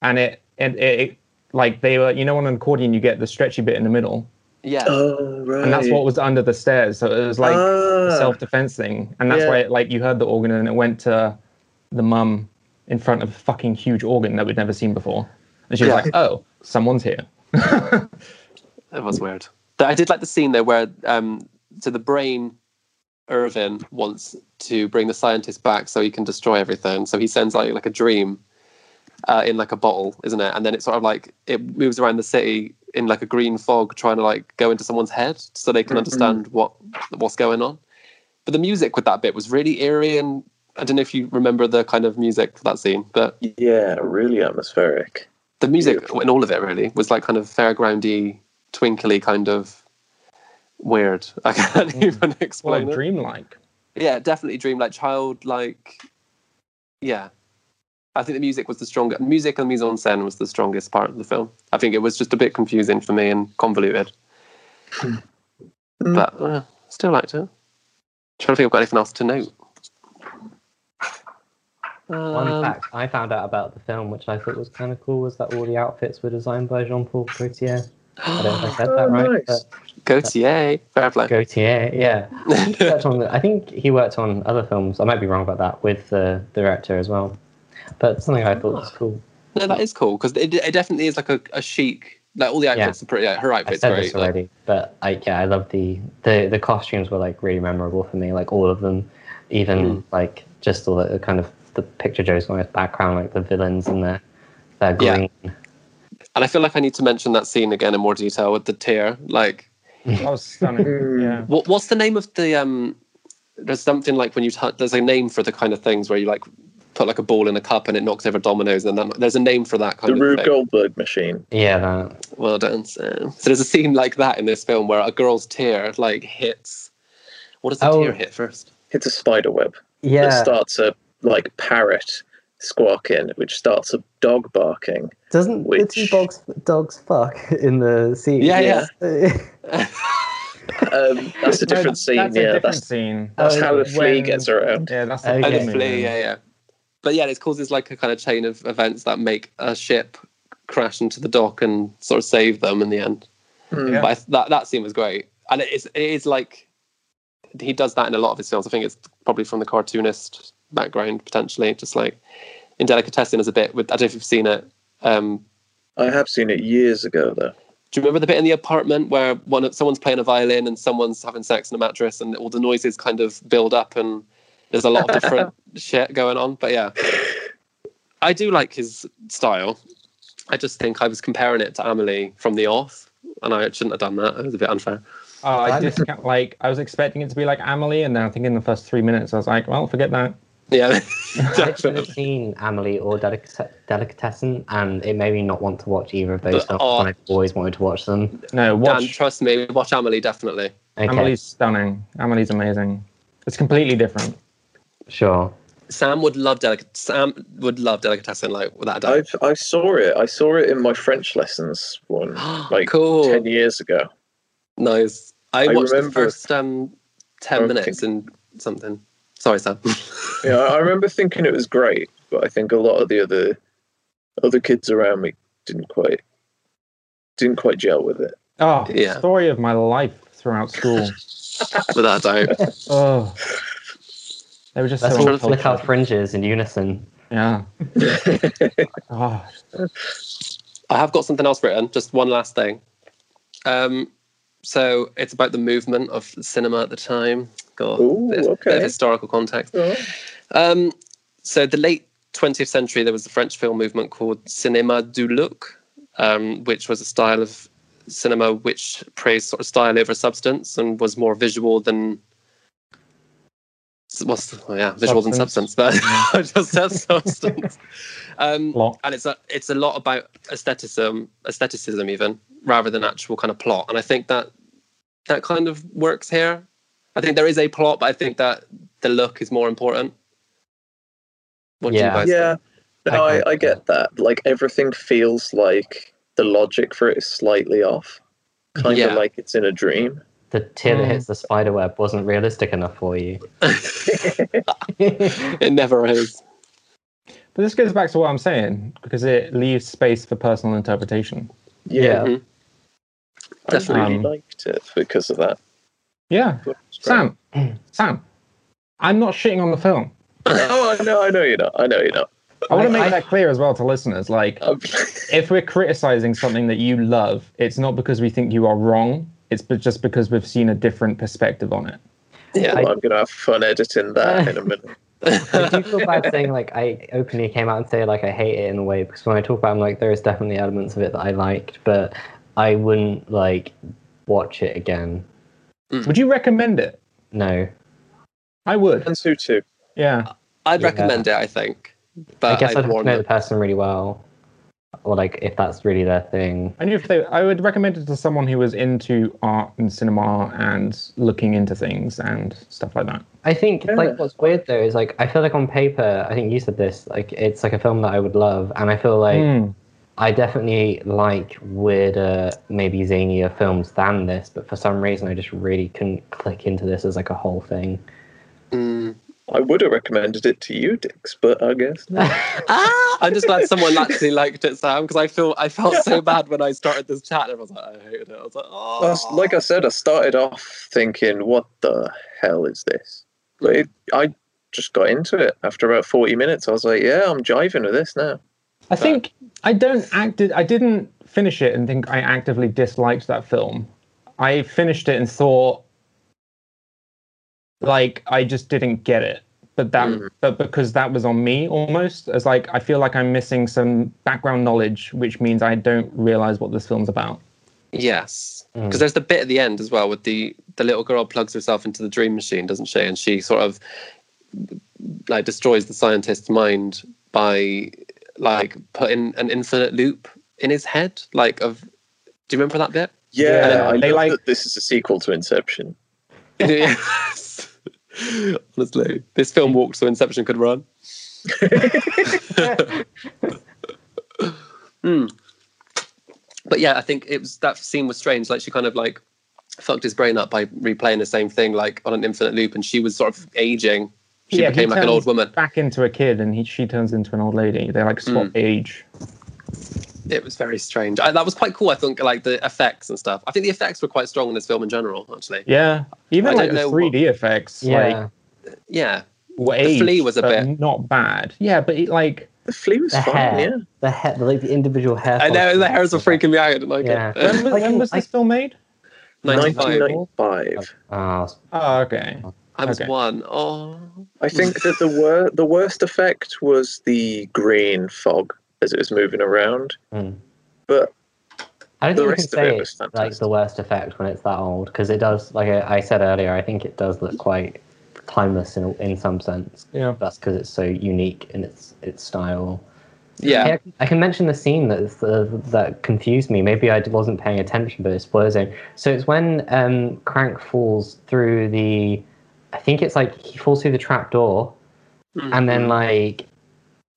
and it and it, it like they were. You know, on an accordion, you get the stretchy bit in the middle,
Yeah.
beep. Oh right.
Hmm. and that's what was under the stairs. So it was like
Ah.
self defense thing, and that's
Yeah.
why it, like you heard the organ, and it went to the mum in front of a fucking huge organ that we'd never seen before, and she was
Yeah.
like, "Oh, someone's here."
It was weird. But I did like the scene there where um so the brain Irvin wants to bring the scientist back so he can destroy everything. So he sends like like a dream uh, in like a bottle, isn't it? And then it sort of like it moves around the city in like a green fog trying to like go into someone's head so they can understand what what's going on. But the music with that bit was really eerie and I don't know if you remember the kind of music for that scene, but
Yeah, really atmospheric.
the music in all of it really was like kind of fairgroundy, twinkly kind of weird. I can't even
Well,
explain it.
dreamlike.
yeah, definitely dreamlike, childlike. Yeah, I think the music was the strongest. Music and mise en scène was the strongest part of the film. I think it was just a bit confusing for me and convoluted, but uh, still liked it. Trying to think if I've got anything else to note.
One
Um,
fact I found out about the film, which I thought was kind of cool, was that all the outfits were designed by Jean Paul Gaultier. I don't know if I said that
Oh,
right.
nice.
But
Gautier, fair play.
Gaultier, yeah. He worked on the- I think he worked on other films. I might be wrong about that with the director as well. But something I thought was cool.
No, that is cool because it, it definitely is like a, a chic. Like all the outfits are pretty. Like, her
I
outfit's
said
great.
this
like-
already, but I yeah, I love the, the the costumes were like really memorable for me, like all of them, even
Hmm.
like just all the, the kind of the picture Joe's on his background, like the villains and their their
Yeah.
green.
and I feel like I need to mention that scene again in more detail with the tear. Like,
That was stunning.
Mm.
yeah.
what, what's the name of the? um There's something like when you t- there's a name for the kind of things where you like put like a ball in a cup and it knocks over dominoes and then there's a name for that kind
The
of
Rube
thing.
Goldberg machine.
Yeah, that
Well done. Sam. So there's a scene like that in this film where a girl's tear like hits. What does the
Oh.
tear hit first?
It's a spider web. It
yeah.
starts a like parrot squawking, which starts a dog barking.
Doesn't
Which-
the two dogs dogs fuck in the scene?
Yeah,
yeah.
yeah.
Um, that's a
No,
different scene.
That's
yeah,
a different
that's
scene.
that's
Oh,
how the flea
when-
gets around.
Yeah, that's
Oh,
the
Oh, the
Yeah.
flea, yeah, yeah. But yeah, it causes like a kind of chain of events that make a ship crash into the dock and sort of save them in the end.
Hmm.
Yeah.
But I, th- that that scene was great, and it is it is like he does that in a lot of his films. I think it's probably from the cartoonist background potentially, just like in Delicatessen is a bit with. I don't know if you've seen it. Um,
I have seen it years ago though.
do you remember the bit in the apartment where one of- someone's playing a violin and someone's having sex in a mattress and all the noises kind of build up and there's a lot of different shit going on? But yeah, I do like his style. I just think I was comparing it to Amelie from the off, and I shouldn't have done that. It was a bit unfair.
Oh, I discount, like I was expecting it to be like Amelie, and then I think in the first three minutes I was like, well, forget that.
Yeah,
I've never
definitely.
seen Amelie or Delic- Delicatessen, and it made me not want to watch either of those
But,
films.
oh.
and I've always wanted to watch them.
No,
Dan,
watch
trust me, watch Amelie definitely.
Okay,
Amelie's stunning. Amelie's amazing. It's completely different.
sure.
Sam would love Delic- Sam would love Delicatessen like without a doubt.
I've, I saw it. I saw it in my French lessons one like
Oh, Cool.
ten years ago.
Nice. I,
I
watched the
remember-
first um, 10
Okay.
minutes and something. Sorry, Sam.
Yeah, I I remember thinking it was great, but I think a lot of the other other kids around me didn't quite didn't quite gel with it.
Oh,
Yeah.
story of my life throughout school.
Without a doubt.
oh, they were just
Let's
so
all
trying to
flick our
uncultured.
fringes in unison.
Yeah. oh,
I have got something else written, just one last thing. Um, so it's about the movement of cinema at the time. God,
Ooh,
bit of-
okay.
bit of historical context.
Oh,
Um, so the late 20th century, there was a French film movement called Cinéma du Look, um, which was a style of cinema which praised sort of style over substance and was more visual than what's the, oh yeah visual than
Substance.
substance, but I just said substance. um,
plot.
and it's a it's a lot about aestheticism aestheticism even rather than actual kind of plot and i think that that kind of works here i think there is a plot but i think that the look is more important what do you
Yeah.
guys
yeah, no,
I-
I, I get that. Like everything feels like the logic for it is slightly off, kind of
Yeah.
like it's in a dream.
The tear that
Mm.
hits the spider web wasn't realistic enough for you.
think? it never is
But this goes back to what I'm saying because it leaves space for personal interpretation.
Yeah.
Mhm.
I really
Um,
liked it because of that.
Yeah, Sam, Sam, I'm not shitting on the film.
Oh no, I know you're not. I know you're not.
I want
Like,
to make
I-
that clear as well to listeners. Like,
I'm,
if we're criticizing something that you love, it's not because we think you are wrong. It's be- just because we've seen a different perspective on it.
yeah
I'm gonna have fun editing that in a minute.
I do feel bad saying like I openly came out and say like I hate it in a way because when I talk about it, I'm like there is definitely elements of it that I liked, but I wouldn't like watch it again.
Would you recommend it?
No,
I would.
And so too.
Yeah.
i'd
Yeah.
recommend it i think but
I guess I'd
I'd
have to
warn
know the
them.
person really well. or like if that's really their thing.
I knew if they, I would recommend it to someone who was into art and cinema and looking into things and stuff like that.
I think
Yeah.
like what's weird though is like I feel like on paper, I think you said this, like it's like a film that I would love, and I feel like
Hmm.
I definitely like weirder, maybe zanier films than this, but for some reason I just really couldn't click into this as like a whole thing.
Mm.
I would have recommended it to you, Dix, but I guess not.
Ah, I'm just glad someone actually liked it, Sam, because I feel I felt so bad when I started this chat. and Everyone's like, I hated it. I was like,
I
oh,
was- like I said, I started off thinking, "What the hell is this?" But it, I just got into it after about forty minutes. I was like, "Yeah, I'm jiving with this now."
I think I don't act. I didn't finish it and think I actively disliked that film. I finished it and thought, like, I just didn't get it. But that,
Mm.
but because that was on me almost. As like, I feel like I'm missing some background knowledge, which means I don't realize what this film's about.
yes,
Mm.
because there's the bit at the end as well with the the little girl plugs herself into the dream machine, doesn't she? And she sort of like destroys the scientist's mind by like putting an infinite loop in his head. Like, of do you remember that bit?
Yeah,
Yeah,
I
they
love
like-
that this is a sequel to Inception.
yes. Honestly, this film walked so Inception could run. Hmm. But yeah, I think it was that scene was strange. Like she kind of like fucked his brain up by replaying the same thing like on an infinite loop, and she was sort of aging. She
Yeah, he
became like an
turns
old woman.
Back into a kid, and he, she turns into an old lady. They like
Hmm.
swap age.
It was very strange. I, that was quite cool. I think like the effects and stuff. I think the effects were quite strong in this film in general. Actually,
Yeah, even
I
like
don't know
the 3D effects. Like,
Yeah,
yeah,
were
The flea
aged,
was a
but
bit-
not bad. Yeah, but it, like
The flea was
the
fun.
hair,
Yeah,
the hair, the, like the individual hair.
I know
follicles.
the hairs were freaking me out. I didn't like
Yeah.
it.
when,
I
was- when was
can-
this film made?
95.
1995.
Oh,
Oh, okay.
I was
Okay.
one. Oh,
I think that the wor- the worst effect was the green fog as it was moving around.
Mm.
But
I don't think you
The
can
rest of it
say
was
it's like the
fantastic.
worst effect when it's that old because it does. Like I, I said earlier, I think it does look quite timeless in in some sense.
Yeah.
That's because it's so unique in its its style.
yeah.
I, I can mention the scene that's uh, that confused me. Maybe I wasn't paying attention, but it's spoiler zone. So it's when um, Crank falls through the. I think it's like he falls through the trap door,
Mm.
and then like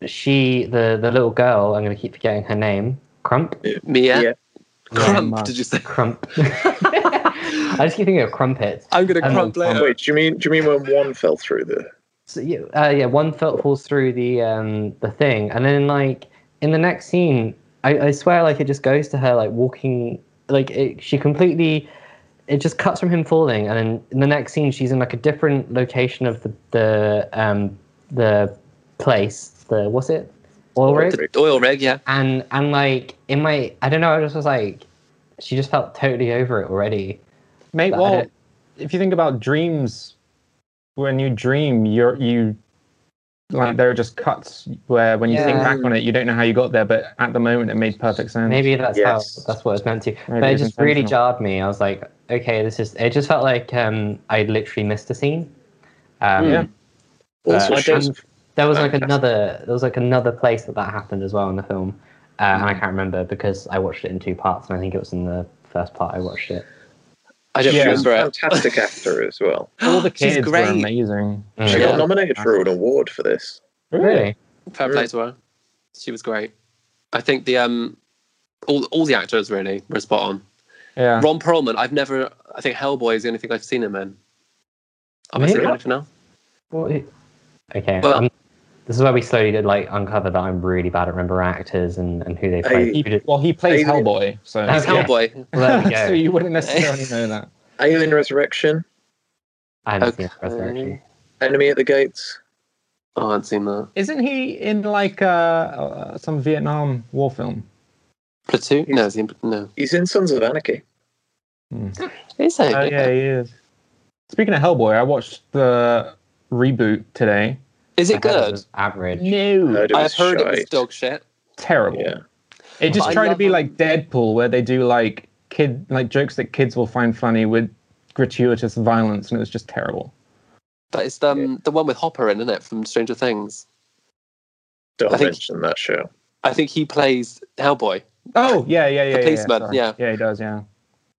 she, the the little girl. I'm gonna keep forgetting her name. Crump.
Mia.
Yeah.
Crump,
Yeah.
did you say?
Crump. I just keep thinking of crumpets.
I'm gonna
Um,
crump later.
wait, do you mean do you mean when one fell through the?
So, yeah, uh, yeah, one foot falls through the um, the thing, and then like in the next scene, I, I swear, like it just goes to her like walking, like it, she completely, it just cuts from him falling, and then in the next scene, she's in like a different location of the the um, the place, the what's it, oil rig,
The oil rig, yeah.
and and like in my, I don't know, I just was like, she just felt totally over it already.
Mate,
But I
well,
don't-
if you think about dreams, when you dream, you're you like there are just cuts where when you think
Yeah.
back on it, you don't know how you got there, but at the moment it made perfect sense.
Maybe that's
Yes.
how that's what it's meant to.
Maybe
but it
it's
just really
intentional.
jarred me. I was like, okay, this is. It just felt like um, I literally missed a scene. Um,
Yeah.
Also,
Uh,
she was-
and there was like
Fantastic.
another. There was like another place that that happened as well in the film, uh, and I can't remember because I watched it in two parts, and I think it was in the first part I watched it.
I don't
Yeah.
she was a
remember it.
fantastic actor as well.
all the
She's
kids were
great.
amazing.
She
Yeah.
got nominated for an award for this.
Really?
Fair play to her. She was great. I think the um, all all the actors really were spot on.
Yeah.
Ron Perlman, I've never. I think Hellboy is the only thing I've seen him in. Am I
Really?
seeing anything now?
What i- Okay.
Well-
um, this is where we slowly did like uncover that I'm really bad at remembering actors and, and who they
Hey.
played.
He-
Who did-
well, he plays
Maybe-
Hellboy, so
It's
Okay.
Hellboy.
well, there we go.
so you wouldn't necessarily know that.
Alien Resurrection,
I haven't seen
Okay.
Resurrection.
Enemy at the Gates.
Oh, I hadn't seen that.
Isn't he in like uh, uh, some Vietnam war film?
Platoon? No, is he in, no.
He's in Sons of Anarchy.
Is he?
Oh yeah, he is. Speaking of Hellboy, I watched the reboot today.
Is it
I heard
good?
was average.
No,
Heard it
I've
was
heard it was
shite.
dog shit.
terrible.
Yeah.
But
It just
I
tried to
love
be
them.
like Deadpool, where they do like kid like jokes that kids will find funny with gratuitous violence, and it was just terrible.
But it's um, the one with Hopper in, isn't it, from Stranger Things?
Don't
I think-
mention that show.
I think he plays Hellboy.
Oh yeah, yeah, yeah. yeah,
policeman,
sorry.
yeah.
yeah, he does. Yeah,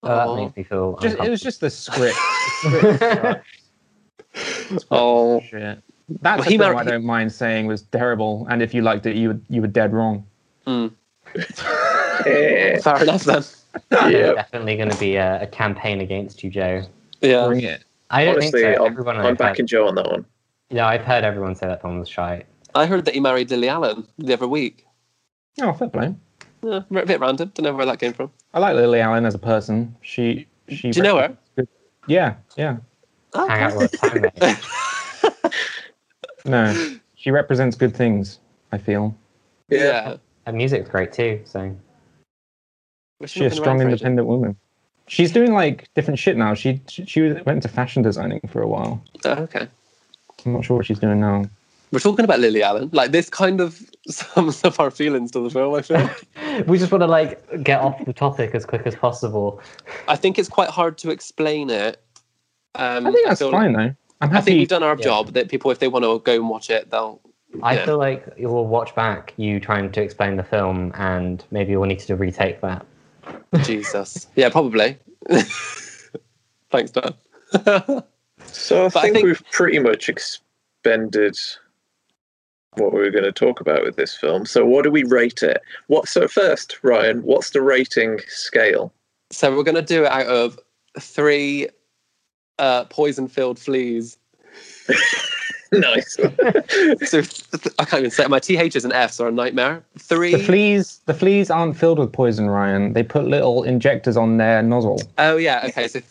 Oh, that
Oh.
makes me feel.
just it was just the script.
Oh,
Shit. That's
Well,
a
he
film
mar-
I don't mind saying was terrible, and if you liked it, you were you were dead wrong.
Yeah.
fair enough then.
yeah.
Eh. Yeah.
definitely going to be a, a campaign against you, Joe.
Yeah.
Bring it.
I don't
Honestly,
think so.
I'm,
everyone
I'm
I've
backing
heard,
Joe on that one.
yeah, I've heard everyone say that film was shite.
I heard that he married Lily Allen the other week.
Oh, fair play.
Yeah, a bit random. Don't know where that came from.
I like Lily Allen as a person. She she.
Do you know her?
Yeah, yeah.
Hang out
Okay.
with time, mate.
No, she represents good things. I feel
Yeah.
Her music's great too. So
But she's
she's a
not been around
strong,
for ages.
independent woman. She's doing like different shit now. She she, she was- went into fashion designing for a while.
Oh, okay.
I'm not sure what she's doing now.
We're talking about Lily Allen. Like this kind of sums up our feelings to the film. I feel.
we just want to like get off the topic as quick as possible.
I think it's quite hard to explain it. Um,
I think that's
feel-
fine though. I'm
I think
happy.
we've done our
Yeah.
job. That people, if they want to go and watch it, they'll.
I
Yeah.
feel like we'll watch back you trying to explain the film, and maybe we'll need to retake that.
Jesus. Yeah, probably. Thanks, Dan.
So I
But I
think,
think-
we've pretty much expended what we were going to talk about with this film. So what do we rate it? What so first, Ryan? What's the rating scale?
so we're going to do it out of three uh, poison-filled fleas.
nice.
So I can't even say it. my THs and Fs are a nightmare. Three.
The fleas, the fleas aren't filled with poison, Ryan. They put little injectors on their nozzle.
Oh yeah. Okay. So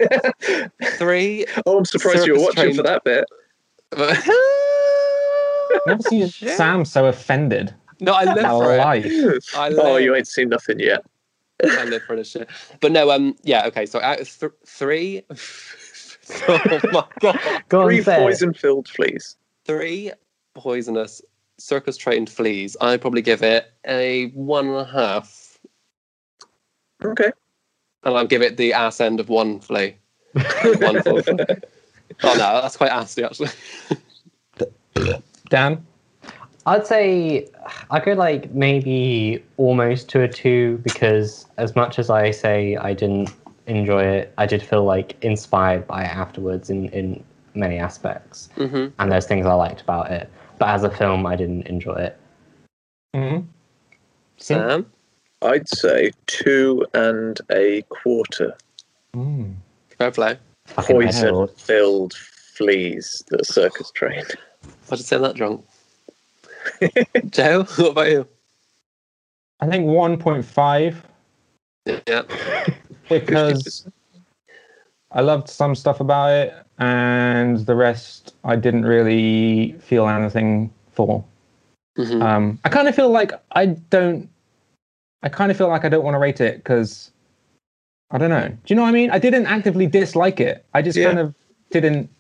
three.
oh, I'm surprised you were
Surface
watching for
trained.
that bit.
I've never seen Sam so offended
no, I
in my
live for it.
life.
I
Oh,
live-
you ain't seen nothing yet.
I live for this shit. But no. Um. Yeah. Okay. So out of th- three. oh my god.
Go on,
Three
say it.
poison-filled fleas.
Three poisonous circus-trained fleas. I probably give it a one and a half,
Okay.
and I'll give it the ass end of one flea. one full flea. Oh no, that's quite assy actually.
Dan,
I'd say I go like maybe almost to a two because as much as I say I didn't enjoy it, I did feel like inspired by it afterwards in, in many aspects.
hmm
And there's things I liked about it. But as a film, I didn't enjoy it. Mm-hmm.
Mhm.
Sam.
I'd say two and a quarter
Mm.
Fair play.
Fucking hell.
poison-filled fleas that circus train.
I just sound that drunk. Joe, what about you?
I think 1.5
Yeah.
because I loved some stuff about it, and the rest I didn't really feel anything for.
Mhm.
Um, I kind of feel like I don't. I kind of feel like I don't want to rate it because I don't know. Do you know what I mean? I didn't actively dislike it. I just
Yeah.
kind of didn't.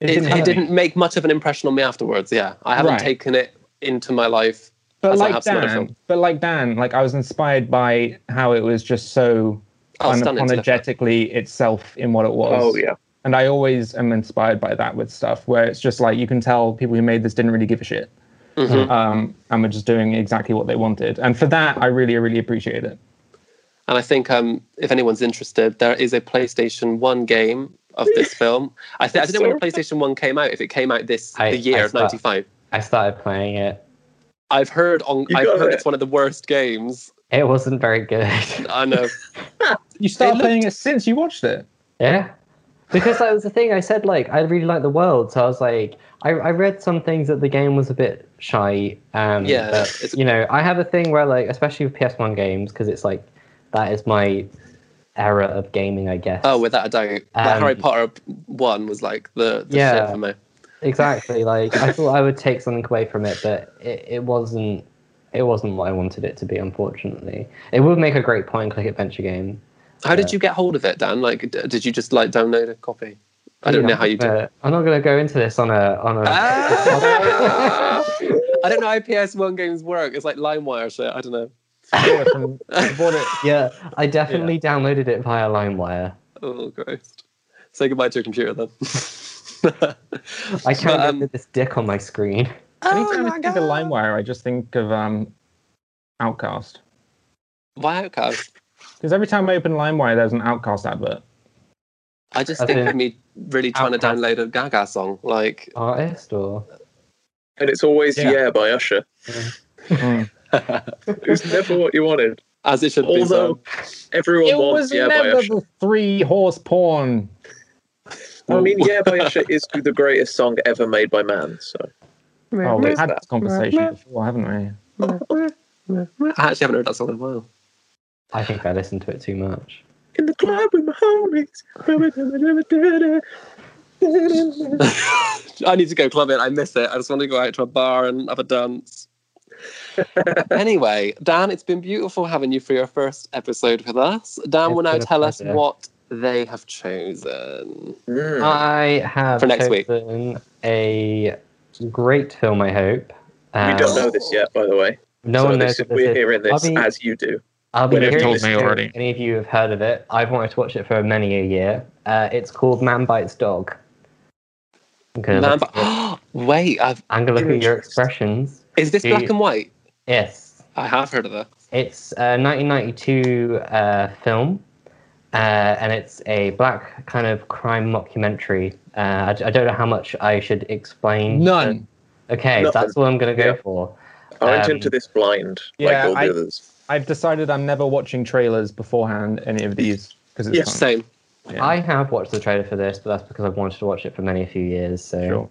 It, it didn't,
hurt me.
make much of an impression on me afterwards. Yeah. I haven't
Right.
taken it into my life.
But
as I
like
have some other
Dan,
film.
but like Dan, like I was inspired by how it was just so
Oh, stunning. to look at.
unapologetically itself in what it was.
Oh yeah.
And I always am inspired by that with stuff where it's just like you can tell people who made this didn't really give a shit.
Mhm.
Um, and were just doing exactly what they wanted. And for that, I really, really appreciate it.
And I think um, if anyone's interested, there is a PlayStation 1 game of this film. I, th- I don't know when the PlayStation 1 came out, if it came out this
I-
the year
I
of
thought-
95.
I started playing it.
I've heard on
You
I've
got
heard
it.
it's one of the worst games.
It wasn't very good.
I know.
You started
looked-
playing it since you watched it.
Yeah. Because that was the thing I said, like, I really like the world. So I was like, I, I read some things that the game was a bit shy. Um,
Yeah,
but,
it's-
you know, I have a thing where, like, especially with PS1 games, because it's like, that is my era of gaming, I guess.
Oh, without a doubt. Like
Um,
Harry Potter 1 was like the, the
Yeah.
shit for me.
exactly. Like, I thought I would take something away from it, but it, it wasn't. It wasn't what I wanted it to be, unfortunately. It would make a great point and click adventure game.
How did
Yeah.
you get hold of it, Dan? Like, d- did you just like download a copy? I don't know how you did.
Uh, I'm not going to go into this on a on a. Uh,
Ah! I don't know how PS1 games work. It's like LimeWire shit. I don't know.
I bought it from- I bought it
yeah, I definitely downloaded it via LimeWire.
Oh, Christ. Say goodbye to your computer then.
I
But,
can't
um,
um,
remember this dick on my screen.
Oh
Anytime I think of LimeWire, I just think of um, Outcast.
Why Outcast?
Because every time I open LimeWire, there's an Outcast advert.
I just
I
think
think-
of me really trying
Outcast.
to download a Gaga song. Like,
Artist or
And it's always
Yeah.
yeah, by Usher.
Mm.
It was never what you wanted.
as it should be.
Although
so.
everyone
It
wants
was
yeah by
never
Usher.
the three horse porn.
I mean, yeah by Usher is the greatest song ever made by man. So
Oh, we
There's
had
that.
this conversation before, haven't we?
I actually haven't heard that song in a while.
I think I listened to it too much.
in the club with my homies.
I need to go clubbing. I miss it. I just want to go out to a bar and have a dance. anyway, Dan, it's been beautiful having you for your first episode with us. Dan will
It's
now
been a
tell us
pleasure.
what they have chosen.
Mm.
I have
For next week.
chosen a great film. I hope.
We
Um,
don't know this yet, by the way.
No
so
one knows.
this,
what this
we're
is.
hearing this
I'll be-
as you do.
I'll be
Well, you've
hearing
told
this
me
if
already.
Any of you have heard of it? I've wanted to watch it for many a year. Uh, it's called Man Bites Dog. I'm gonna
Man,
look at your-
wait, I've,
I'm gonna look at your
Interesting.
expressions.
is this
Do
black
you-
and white?
Yes,
I have heard of that.
it's a 1992 uh, film, uh, and it's a black kind of crime mockumentary. Uh, I, I don't know how much I should explain.
None.
Okay,
Nothing.
that's what I'm gonna go
Yeah.
for.
I went
Um,
into this blind, like
yeah,
all the
I-
others.
I've decided I'm never watching trailers beforehand any of these because it's
Yes,
fun.
Same.
Yeah,
I have watched the trailer for this, but that's because I've wanted to watch it for many a few years. So.
sure.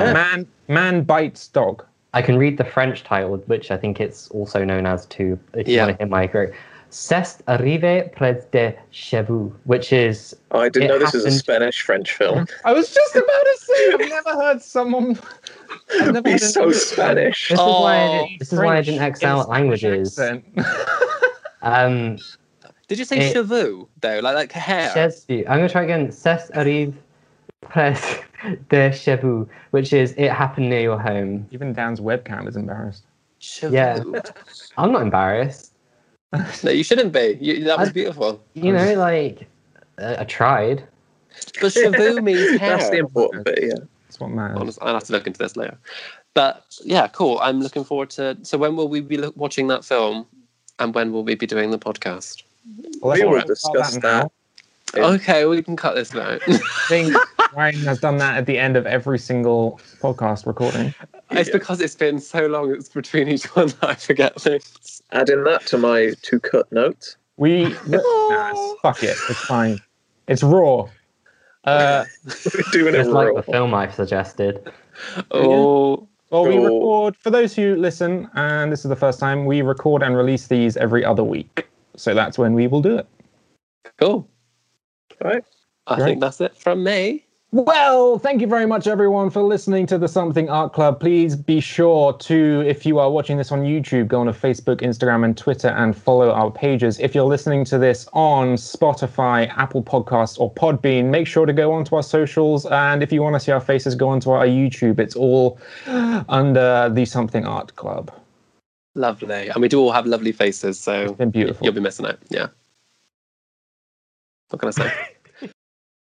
Fair.
Man, man bites dog.
I can read the French title, which I think it's also known as too. If you
Yeah.
want to hear my correct, Cest arrive près de chez vous, which is
I didn't
it
know this was a
happened-
Spanish French film.
I was just about to say I've never heard someone. I've never
Be
heard
so
anyone-
Spanish.
this is why I
Oh,
didn't, this is why I
French
didn't excel
in
at languages.
accent.
Um,
Did you say
It-
cheveux though? Like like hair?
chez vous. I'm gonna try again. Cest arrive près de chez vous, which is it happened near your home.
Even Dan's webcam is embarrassed.
cheveux.
Yeah. I'm not embarrassed.
No, you shouldn't be. You, that was
I-
beautiful.
You know, like uh, I tried.
But cheveux means hair.
That's the important bit, yeah.
That's what matters.
Honest- I'll have to look into this later. But yeah, cool. I'm looking forward to. So when will we be lo- watching that film, and when will we be doing the podcast?
Let's
we will
talk about
discuss
now.
that. Yeah.
Okay, we can cut this now.
I think Ryan has done that at the end of every single podcast recording.
it's because it's been so long. It's between each one that I forget things.
Adding that to my two cut notes.
We nah, fuck it. It's fine. It's raw. Uh,
We're doing it
Just like the
real.
film I've suggested.
Oh,
well, we
Raw.
record for those who listen, and this is the first time we record and release these every other week. So that's when we will do it.
cool.
Right.
I
Great.
think that's it from me.
Well, thank you very much, everyone, for listening to the Something Art Club. Please be sure to, if you are watching this on YouTube, go on to Facebook, Instagram, and Twitter and follow our pages. If you're listening to this on Spotify, Apple Podcasts, or Podbean, make sure to go onto our socials. And if you want to see our faces, go onto our YouTube. It's all under the Something Art Club.
Lovely, and we do all have lovely faces, so
It's been beautiful.
you'll be missing out. Yeah. What can I say?